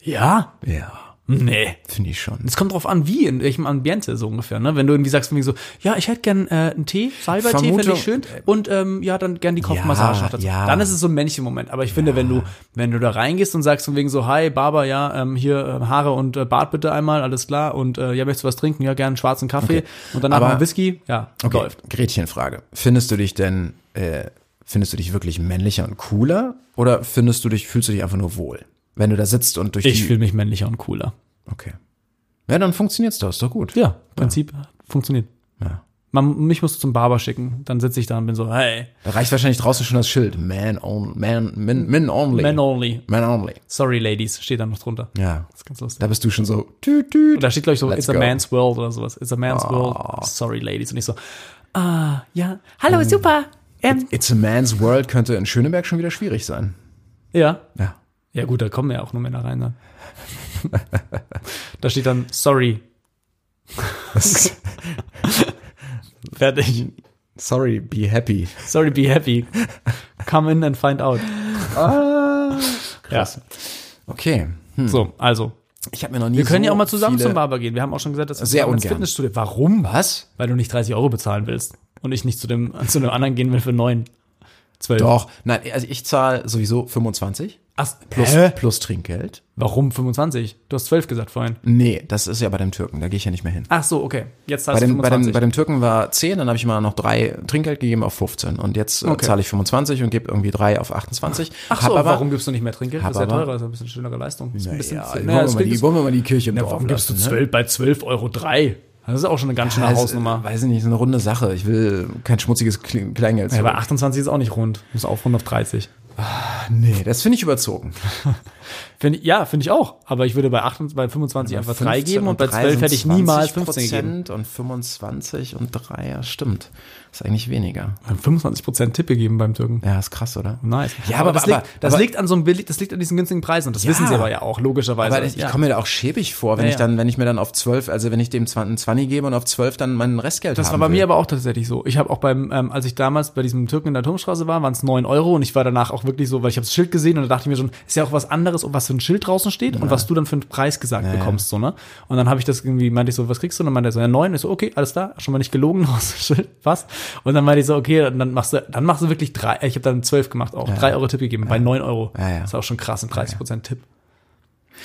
ja?
Ja,
Nee.
finde ich schon.
Es kommt drauf an, wie, in welchem Ambiente so ungefähr, ne? Wenn du irgendwie sagst, irgendwie so, ja, ich hätte gern äh, einen Tee, Salbeitee, finde
Vermutung-
ich schön und ähm, ja, dann gern die Kopfmassage
äh, Ja,
noch dazu.
ja.
Dann ist es so ein Männchenmoment. Aber ich finde, wenn du wenn du da reingehst und sagst von wegen so, hi, Barber, ja, ähm, hier äh, Haare und äh, Bart bitte einmal, alles klar und äh, ja, möchtest du was trinken? Ja, gern einen schwarzen Kaffee und danach
Aber-
mal einen Whisky. Ja,
Okay,
läuft.
Gretchenfrage. Findest du dich denn, äh, findest du dich wirklich männlicher und cooler oder findest du dich, fühlst du dich einfach nur wohl? Wenn du da sitzt und durch
Ich
die...
fühle mich männlicher und cooler.
Okay. Ja, dann funktioniert's doch, ist doch gut.
Ja, Prinzip funktioniert.
Ja.
Man, mich musst du zum Barber schicken, dann sitze ich da und bin so, hey,
Da reicht wahrscheinlich draußen schon das Schild. Man, on, man, men, men only.
men only.
Man only.
Sorry, Ladies, steht da noch drunter.
Ja.
Das ist ganz lustig.
Da bist du schon so. Tü, tü.
Und da steht, glaube ich, so,
Let's
it's a
go. Ah.
man's world oder sowas. It's a man's world. Sorry, ladies. Und ich so, ah, ja. Hallo,
Hm.
super. Ähm,
It's a man's world könnte in Schöneberg schon wieder schwierig sein.
ja.
Ja.
Ja, gut, da kommen ja auch nur Männer rein.
(laughs)
Ne? da steht dann,
(laughs)
sorry. Fertig.
Sorry, be happy.
Sorry, be happy. Come in and find out.
Ah,
(laughs) Krass.
Okay.
Ja. So, also.
Ich habe mir noch nie
Wir können
Hm. so
ja auch mal zusammen
viele-
zum Barber gehen. Wir haben auch schon gesagt, dass wir
Sehr
zusammen ins
ungern.
Fitnessstudio. Warum?
Was?
Weil du nicht 30 Euro bezahlen willst. Und ich nicht zu dem, (laughs) zu dem anderen gehen will für 9, 12.
Doch. Nein, also ich zahle sowieso 25
Ach,
plus,
plus,
plus Trinkgeld.
Warum 25? Du hast 12 gesagt vorhin.
Nee, das ist ja bei dem Türken, da gehe ich ja nicht mehr hin.
Ach so, okay. Jetzt hast
Bei dem,
du
bei,
25.
dem, bei dem Türken war 10, dann habe ich mal noch drei Trinkgeld gegeben auf 15. Und jetzt äh,
Okay.
zahle ich 25 und gebe irgendwie drei auf 28.
Ach
Hab
so,
aber,
warum gibst du nicht mehr Trinkgeld? Das ist ja
hab aber-
teurer, das ist ein bisschen schönere Leistung. Das ist ein bisschen,
Ja,
naja,
wollen, wir
das
mal
Bild
die,
ist-
wollen wir mal die Kirche im
Ja,
Dorf
warum gibst du
lassen, ne?
12 bei 12,03 Euro? Das ist auch schon eine ganz schöne
Ja, es-
Hausnummer.
Weiß ich nicht, ist eine runde Sache. Ich will kein schmutziges Kle- Kleingeld.
Ja,
zurück.
aber 28 ist auch nicht rund. Muss aufrunden auf 30.
nee, das finde ich überzogen.
Find, ich- ja, finde ich auch. Aber ich würde bei, 28, bei 25 einfach 3
15
geben und bei
drei
12
sind
hätte ich niemals
20%
15 gegeben.
Und 25 und 3, ja, stimmt. Ist eigentlich weniger.
Wir haben 25% Tipp gegeben beim Türken.
Ja, ist krass, oder?
Nice.
Ja, aber,
das,
aber,
liegt, das
aber,
liegt an so einem billig, das liegt an diesen günstigen Preisen. Und das wissen sie aber ja auch, logischerweise.
aber Also ich,
ja.
ich komme mir da auch schäbig vor, wenn
Ja,
ich
ja.
dann, wenn ich mir dann auf 12, also wenn ich dem 20, 20 gebe und auf 12 dann mein Restgeld
Das war
haben
bei
will.
mir aber auch tatsächlich so. Ich habe auch beim, ähm, als ich damals bei diesem Türken in der Turmstraße war, waren es 9 Euro und ich war danach auch wirklich so, weil ich habe das Schild gesehen und da dachte ich mir schon, ist ja auch was anderes, was für ein Schild draußen steht und was du dann für einen Preis gesagt bekommst, so, ne? Und dann habe ich das irgendwie, meinte ich so, was kriegst du? Und dann meinte er so, ja, 9. Ich so, okay, alles da, schon mal nicht gelogen, (laughs) aus dem Schild, was? Und dann meinte ich so, okay, und dann machst du, dann machst du wirklich drei, äh, ich habe dann 12 gemacht auch, drei Euro Tipp gegeben, bei 9 Euro.
Ja, ja.
Das ist auch schon krass, ein 30% Tipp.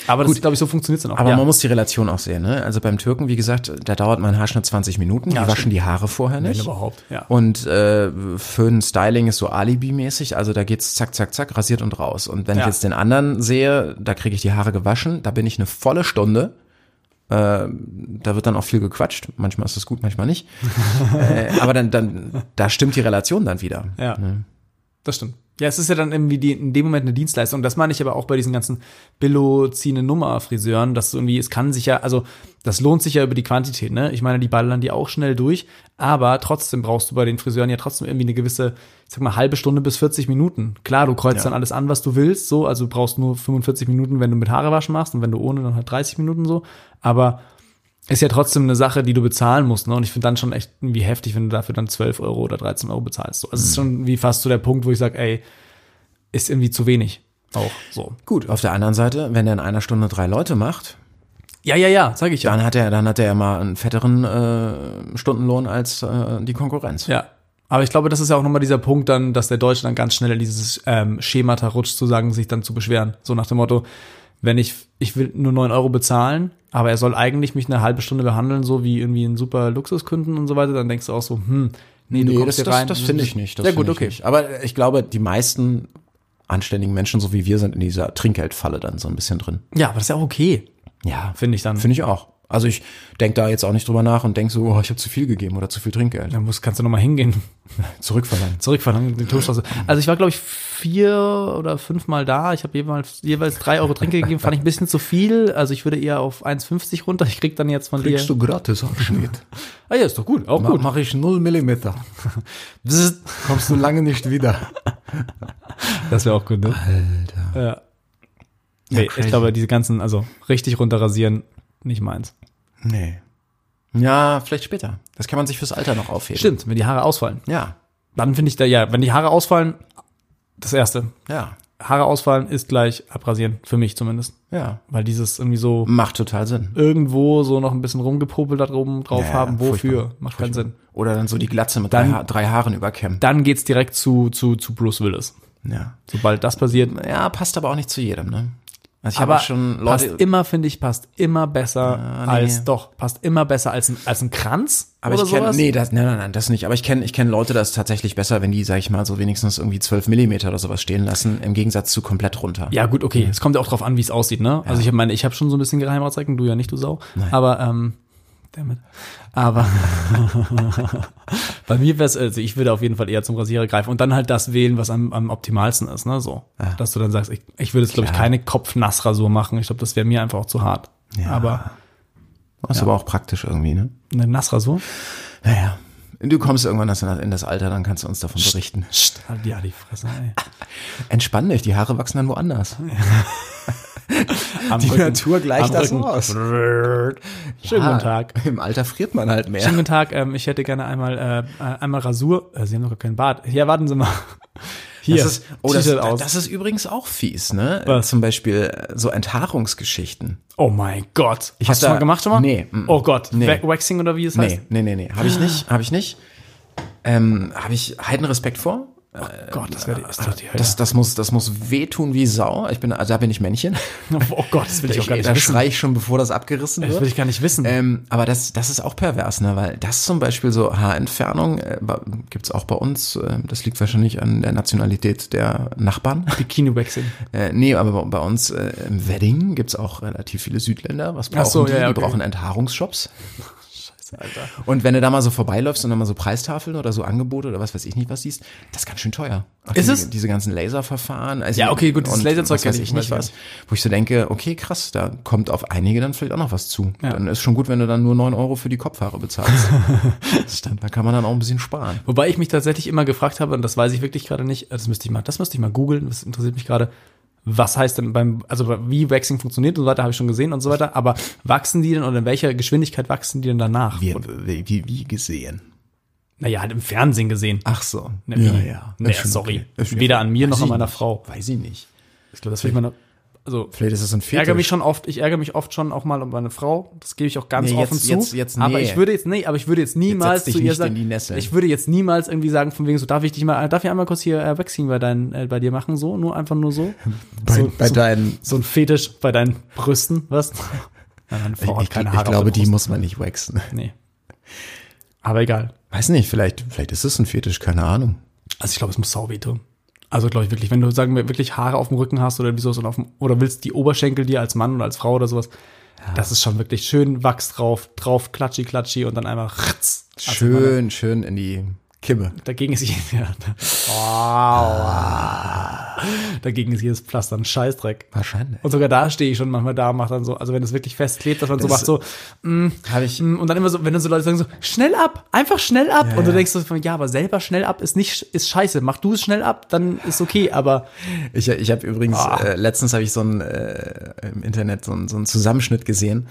Aber das, glaube ich, so funktioniert es dann auch.
Aber
ja.
man muss die Relation auch sehen. Ne? Also beim Türken, wie gesagt, da dauert mein Haarschnitt 20 Minuten. die waschen die Haare vorher nicht.
überhaupt, ja.
Und äh, Föhn-Styling ist so Alibi-mäßig. Also da geht's zack, zack, zack, rasiert und raus. Und wenn
Ja.
ich jetzt den anderen sehe, da kriege ich die Haare gewaschen. Da bin ich eine volle Stunde. Äh, da wird dann auch viel gequatscht. Manchmal ist das gut, manchmal
(laughs)
nicht. äh, aber dann, dann, da stimmt die Relation dann wieder.
Ja. Das stimmt. Ja, es ist ja dann irgendwie die, in dem Moment eine Dienstleistung. Das meine ich aber auch bei diesen ganzen billo ziehende nummer friseuren dass du irgendwie, es kann sich ja, also das lohnt sich ja über die Quantität, ne? Ich meine, die ballern die auch schnell durch, aber trotzdem brauchst du bei den Friseuren ja trotzdem irgendwie eine gewisse, ich sag mal, halbe Stunde bis 40 Minuten. Klar, du kreuzt dann alles an, was du willst, so, also du brauchst nur 45 Minuten, wenn du mit Haare waschen machst und wenn du ohne, dann halt 30 Minuten so. Aber ist ja trotzdem eine Sache, die du bezahlen musst. Ne? Und ich finde dann schon echt irgendwie heftig, wenn du dafür dann 12 Euro oder 13 Euro bezahlst. So, Also
Mhm.
es ist schon wie fast zu der Punkt, wo ich sage, ey, ist irgendwie zu wenig. Auch so.
Gut, auf der anderen Seite, wenn er in einer Stunde drei Leute macht,
Ja, ja, ja, sage ich ja.
dann hat er, dann hat er ja mal einen fetteren äh, Stundenlohn als äh, die Konkurrenz.
Ja. Aber ich glaube, das ist ja auch nochmal dieser Punkt dann, dass der Deutsche dann ganz schnell in dieses ähm, Schemata rutscht, zu sagen, sich dann zu beschweren. So nach dem Motto, wenn ich, ich will nur 9 Euro bezahlen, aber er soll eigentlich mich eine halbe Stunde behandeln, so wie irgendwie ein super Luxuskunden und so weiter, dann denkst du auch so, hm, nee, du kommst hier rein.
Das
ja, gut,
finde ich
okay.
Nicht. Aber ich glaube, die meisten anständigen Menschen, so wie wir, sind in dieser Trinkgeldfalle dann so ein bisschen drin.
Ja, aber das ist ja auch okay,
Ja, finde
finde ich dann.
find ich auch. Also ich denke da jetzt auch nicht drüber nach und denke so, oh, ich habe zu viel gegeben oder zu viel Trinkgeld.
Dann musst, kannst du nochmal (laughs) hingehen,
Zurückverlangen.
zurückfahren in die Torstraße. Also ich war, glaube ich, vier oder fünfmal da. Ich habe jeweils, jeweils drei Euro Trinke (laughs) gegeben, fand ich ein bisschen zu viel. Also ich würde eher auf 1,50 runter. Ich krieg dann jetzt von dir.
gratis
(laughs)
Abschnitt.
Ah ja, ist doch gut, auch gut.
Mache ich 0
(laughs)
Millimeter.
Bzzzt.
Kommst du lange nicht wieder.
Das wäre auch gut, ne? Alter. Ja. Nee, ich glaube, diese ganzen, also richtig runter rasieren, nicht meins.
Nee. Ja, vielleicht später. Das kann man sich fürs Alter noch aufheben.
Stimmt, wenn die Haare ausfallen.
Ja,
Dann finde ich da, ja, wenn die Haare ausfallen, das Erste.
ja,
Haare ausfallen ist gleich abrasieren, für mich zumindest.
ja.
Weil dieses irgendwie so.
Macht total Sinn.
irgendwo so noch ein bisschen rumgepopelt da drum drauf
Ja,
haben, wofür?
furchtbar.
Macht keinen Sinn.
Oder dann so die Glatze mit
Dann-
drei, Ha- drei Haaren überkämmen.
Dann geht's direkt zu, zu, zu Bruce Willis.
Ja.
Sobald das passiert.
ja, passt aber auch nicht zu jedem, ne? Also ich
Aber
habe schon
passt
Leute,
immer, finde ich, passt immer besser
nee.
als, doch, passt immer besser als ein, als ein Kranz
aber
oder
ich kenne,
sowas.
nee, das, nein, nein, nein, das nicht. Aber ich kenne, ich kenne Leute, das ist tatsächlich besser, wenn die, sag ich mal, so wenigstens irgendwie 12 Millimeter oder sowas stehen lassen, im Gegensatz zu komplett runter.
Ja, gut, okay. Es kommt ja auch drauf an, wie es aussieht, ne? Also ich meine, ich habe schon so ein bisschen Geheimratsecken, du ja nicht, du Sau. Aber, ähm, damit. Aber bei mir wäre es, also ich würde auf jeden Fall eher zum Rasierer greifen und dann halt das wählen, was am, am optimalsten ist, ne? So. Dass du dann sagst, ich, ich würde jetzt, glaube ich, keine Kopfnassrasur machen. Ich glaube, das wäre mir einfach auch zu hart. Aber
Ist aber auch praktisch irgendwie, ne?
eine Nassrasur?
Naja. Du kommst irgendwann das- in das Alter, dann kannst du uns davon berichten.
Psst, halt ja, die Fresse, ey.
Entspann dich, die Haare wachsen dann woanders.
Am
Die
Rücken.
Natur gleicht
Am
das
Rücken.
aus.
Schönen
Ah,
guten
(laughs)
Tag.
Im Alter friert man halt mehr.
Schönen guten Tag, ähm, ich hätte gerne einmal, äh, einmal Rasur. Äh, Sie haben doch gar keinen Bart. Hier, warten Sie mal. (laughs) Hier,
Das ist, oh, das,
T-Shirt
das ist übrigens auch fies, ne?
halt Was?
Zum Beispiel äh, so Enthaarungsgeschichten.
oh mein Gott. Ich
hab
Hast du
da-
das mal gemacht schon mal?
Nee, mm, mm.
Oh Gott.
Nee.
Wa- Waxing oder wie es heißt? Ah.
Nee, nee, nee, nee. Habe ich nicht, habe ich nicht. Ähm, habe ich Heidenrespekt vor.
Äh, Gott, das wäre Ah, die, ist doch die Hölle.
Das, das, muss, das muss wehtun wie Sau. Ich bin, also da bin ich Männchen.
(laughs) oh Gott, das will ich auch gar nicht
da
wissen.
schrei ich schon, bevor das abgerissen
Das will
wird.
ich gar nicht wissen.
Ähm, aber das, das ist auch pervers, ne? weil das zum Beispiel so Haarentfernung äh, ba- gibt's auch bei uns. Äh, das liegt wahrscheinlich an der Nationalität der Nachbarn.
Bikini-Waxing.
Äh, nee, aber bei, bei uns äh, im Wedding gibt's auch relativ viele Südländer. Was brauchen
so,
die?
ja, ja,
Die
okay.
brauchen Enthaarungsshops. Und wenn du da mal so vorbeiläufst und dann mal so Preistafeln oder so Angebote oder was weiß ich nicht was siehst, das ist ganz schön teuer. Auch
Ist
diese,
es?
Diese ganzen Laserverfahren. Also
Ja, okay, gut, dieses
und
Laserzeug
was weiß
kenn ich,
ich nicht
weiß
was. Wo ich so denke, okay, krass, da kommt auf einige dann vielleicht auch noch was zu.
Ja.
Dann ist schon gut, wenn du dann nur 9 Euro für die Kopfhaare
(laughs)
bezahlst. Stimmt. Da kann man dann auch ein bisschen sparen.
Wobei ich mich tatsächlich immer gefragt habe, und das weiß ich wirklich gerade nicht, äh, das müsste ich mal, das müsste ich mal googeln, das interessiert mich gerade. Was heißt denn beim, also wie Waxing funktioniert und so weiter, habe ich schon gesehen und so weiter, aber wachsen die denn oder in welcher Geschwindigkeit wachsen die denn danach?
Wie, wie, wie- wie gesehen.
Naja, halt im Fernsehen gesehen.
Ach so.
Ne, wie? Ne, sorry. Weder an mir noch an meiner Frau.
Also Weiß ich nicht.
Ich glaube, das will ich meiner. also
Vielleicht ist das ein
ich
Fetisch.
ärgere mich schon oft, ich ärgere mich oft schon auch mal um meine Frau. Das gebe ich auch ganz
Nee, jetzt-
offen zu.
jetzt- jetzt
aber
nee.
ich würde jetzt nee, aber ich würde jetzt niemals
setz dich
zu ihr
nicht
sagen,
in die Nesseln.
ich würde jetzt niemals irgendwie sagen von wegen so darf ich dich mal darf ich einmal kurz hier äh, Waxing bei deinen äh, bei dir machen so, nur einfach
(laughs)
nur so.
Bei,
so,
bei
so,
deinen.
so ein Fetisch bei deinen Brüsten,
(laughs)
was? Nein, meine Frau hat
ich,
keine
ich
Haare auf
glaube,
der
die
Brust. ne?
muss man nicht waxen.
nee. Aber egal.
Weiß nicht, vielleicht, vielleicht ist es ein Fetisch, keine Ahnung.
Also ich glaube, es muss sau wehtun. Also glaube ich wirklich, wenn du sagen wir wirklich Haare auf dem Rücken hast oder wie sowas oder, auf dem, oder willst die Oberschenkel dir als Mann oder als Frau oder sowas, das ist schon wirklich schön Wachs drauf, drauf klatschi klatschi und dann einmal ratz. Also meine-
Schön, schön in die Kimme.
dagegen ist (laughs) jedes ne? ja, (laughs) dagegen ist jedes Pflaster ein Scheißdreck.
Wahrscheinlich.
Und sogar da stehe ich schon manchmal da, macht dann so, also wenn es wirklich festklebt, dass man so
Das-
macht so,
Habe ich,
Mm, Und dann immer so, wenn dann so Leute sagen so, schnell ab, einfach schnell ab. und du
ja.
denkst so, von, ja, aber selber schnell ab ist nicht, ist scheiße. Mach du es schnell ab, dann ist okay. Aber
Ich, ich habe übrigens,
Ah.
äh, letztens habe ich so einen, äh, im Internet so einen, so einen Zusammenschnitt gesehen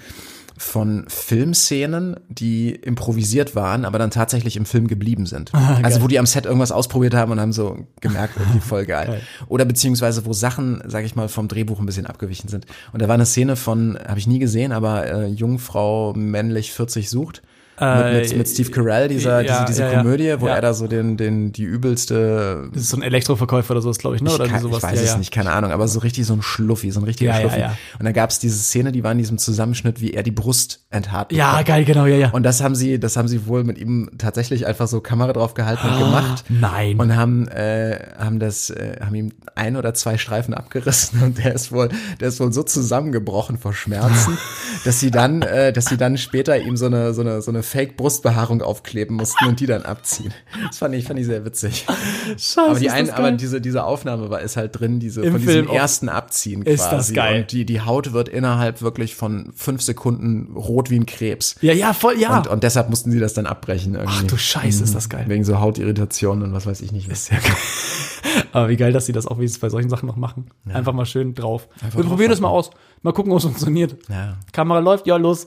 von Filmszenen, die improvisiert waren, aber dann tatsächlich im Film geblieben sind.
Ah,
also wo die am Set irgendwas ausprobiert haben und haben so
(laughs)
gemerkt, irgendwie voll geil. Oder beziehungsweise wo Sachen, sag ich mal, vom Drehbuch ein bisschen abgewichen sind. Und da war eine Szene von, habe ich nie gesehen, aber äh, Jungfrau männlich 40 sucht. mit, mit, mit Steve Carell, dieser,
Äh, ja,
diese, diese
ja, ja.
Komödie, wo
Ja.
er da so den, den, die übelste
das ist so ein Elektroverkäufer oder sowas, glaube ich, ne? Oder
ich,
irgendwie
kann,
sowas.
ich weiß
ja,
es
ja.
nicht, keine Ahnung, aber so richtig so ein Schluffi, so ein richtiger
Ja, ja,
Schluffi.
ja.
Und dann gab es diese Szene, die war in diesem Zusammenschnitt, wie er die Brust enthaart.
Ja,
bekommt.
geil, genau, ja, ja.
Und das haben sie, das haben sie wohl mit ihm tatsächlich einfach so Kamera drauf gehalten und gemacht.
Ah, nein.
Und haben, äh, haben das, äh, haben ihm ein oder zwei Streifen abgerissen (laughs) und der ist wohl, der ist wohl so zusammengebrochen vor
(laughs)
Schmerzen, dass sie dann, äh, dass sie dann später ihm so eine, so eine, so eine Fake-Brustbehaarung aufkleben mussten und die dann abziehen. Das fand ich, fand ich sehr
(laughs)
witzig.
Scheiße,
Aber die
ist
einen,
das
aber
geil.
diese, diese Aufnahme war, ist halt drin, diese,
Im
von diesem
Film auch.
ersten Abziehen quasi.
Ist das geil.
Und die, die Haut wird innerhalb wirklich von fünf Sekunden rot wie ein Krebs.
ja, ja, voll, ja.
Und, und deshalb mussten sie das dann abbrechen irgendwie. Mhm.
Ach du Scheiße, ist das geil.
Wegen so Hautirritationen und was weiß ich nicht. Ist ja geil.
Aber wie geil, dass sie das auch wenigstens bei solchen Sachen noch machen. Einfach mal schön drauf. Wir probieren das mal aus. Mal gucken, ob es funktioniert.
Ja,
Kamera läuft, ja, los.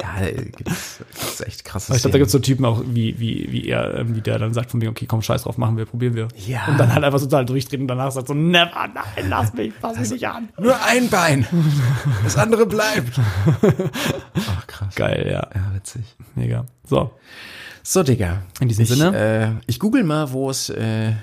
ja da gibt's, gibt's echt krasse
Aber ich glaube,
Szenen.
da gibt es so Typen auch, wie, wie, wie er, ähm, wie der dann sagt von mir, okay, komm, scheiß drauf, machen wir, probieren wir.
Ja.
Und dann halt einfach so total durchdreht und danach sagt so, never, nein, lass mich, fass
Also-
mich nicht an.
Nur ein Bein. (laughs) Das andere bleibt. Ach krass.
Geil, ja.
Ja, witzig.
Mega. So.
So, Digga.
In diesem
ich,
Sinne.
Äh, ich google mal, wo es äh,
Nee,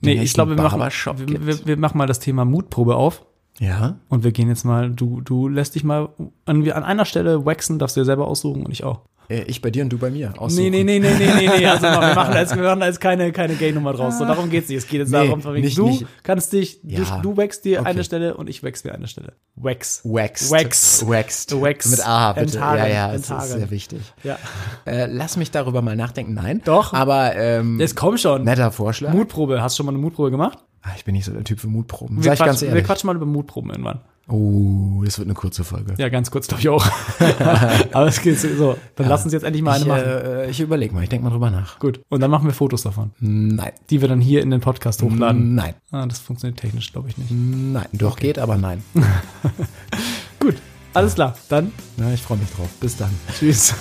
nächsten
ich glaube, wir machen,
Barbershop
wir,
gibt.
wir, wir machen mal das Thema Mutprobe auf.
ja.
Und wir gehen jetzt mal, du, du lässt dich mal an, an einer Stelle waxen, darfst du dir selber aussuchen und ich auch.
Äh, Ich bei dir und du bei mir. Aussuchen.
Nee, nee, nee, nee, nee, nee, nee.
(laughs)
Also wir machen da jetzt, wir machen da jetzt keine, keine Gay-Nummer draus. So, darum geht's nicht. Es geht jetzt
Ah. Nee,
darum, von wegen,
nicht-
du
nicht-
kannst dich,
Ja.
du, du wächst dir
Okay.
eine Stelle und ich wächst mir eine Stelle. Wax.
Waxed.
Wax.
Waxed.
Wax.
Mit A, bitte.
Enthaaren.
Ja, ja, das
Enthaaren.
ist sehr wichtig.
Ja.
Äh, lass mich darüber mal nachdenken. Nein.
Doch.
Aber ähm,
Jetzt komm schon.
netter Vorschlag.
Mutprobe. Hast du schon mal eine Mutprobe gemacht?
Ah, ich bin nicht so der Typ für Mutproben.
Wir,
Sag ich ganz
quatschen, wir
ehrlich.
quatschen mal über Mutproben irgendwann.
Oh, das wird eine kurze Folge.
Ja, ganz kurz, glaube
(laughs)
ich auch. Aber es geht so. Dann lass uns jetzt endlich mal eine
Ich,
machen.
äh, ich überlege mal, ich denke mal drüber nach.
Gut. Und dann machen wir Fotos davon,
Nein.
die wir dann hier in den Podcast hochladen.
Nein.
Ah, das funktioniert technisch, glaube ich, nicht.
Nein. Doch geht, aber (laughs) nein.
Gut. Alles klar. Dann
Na, ich freue mich drauf. Bis dann.
tschüss.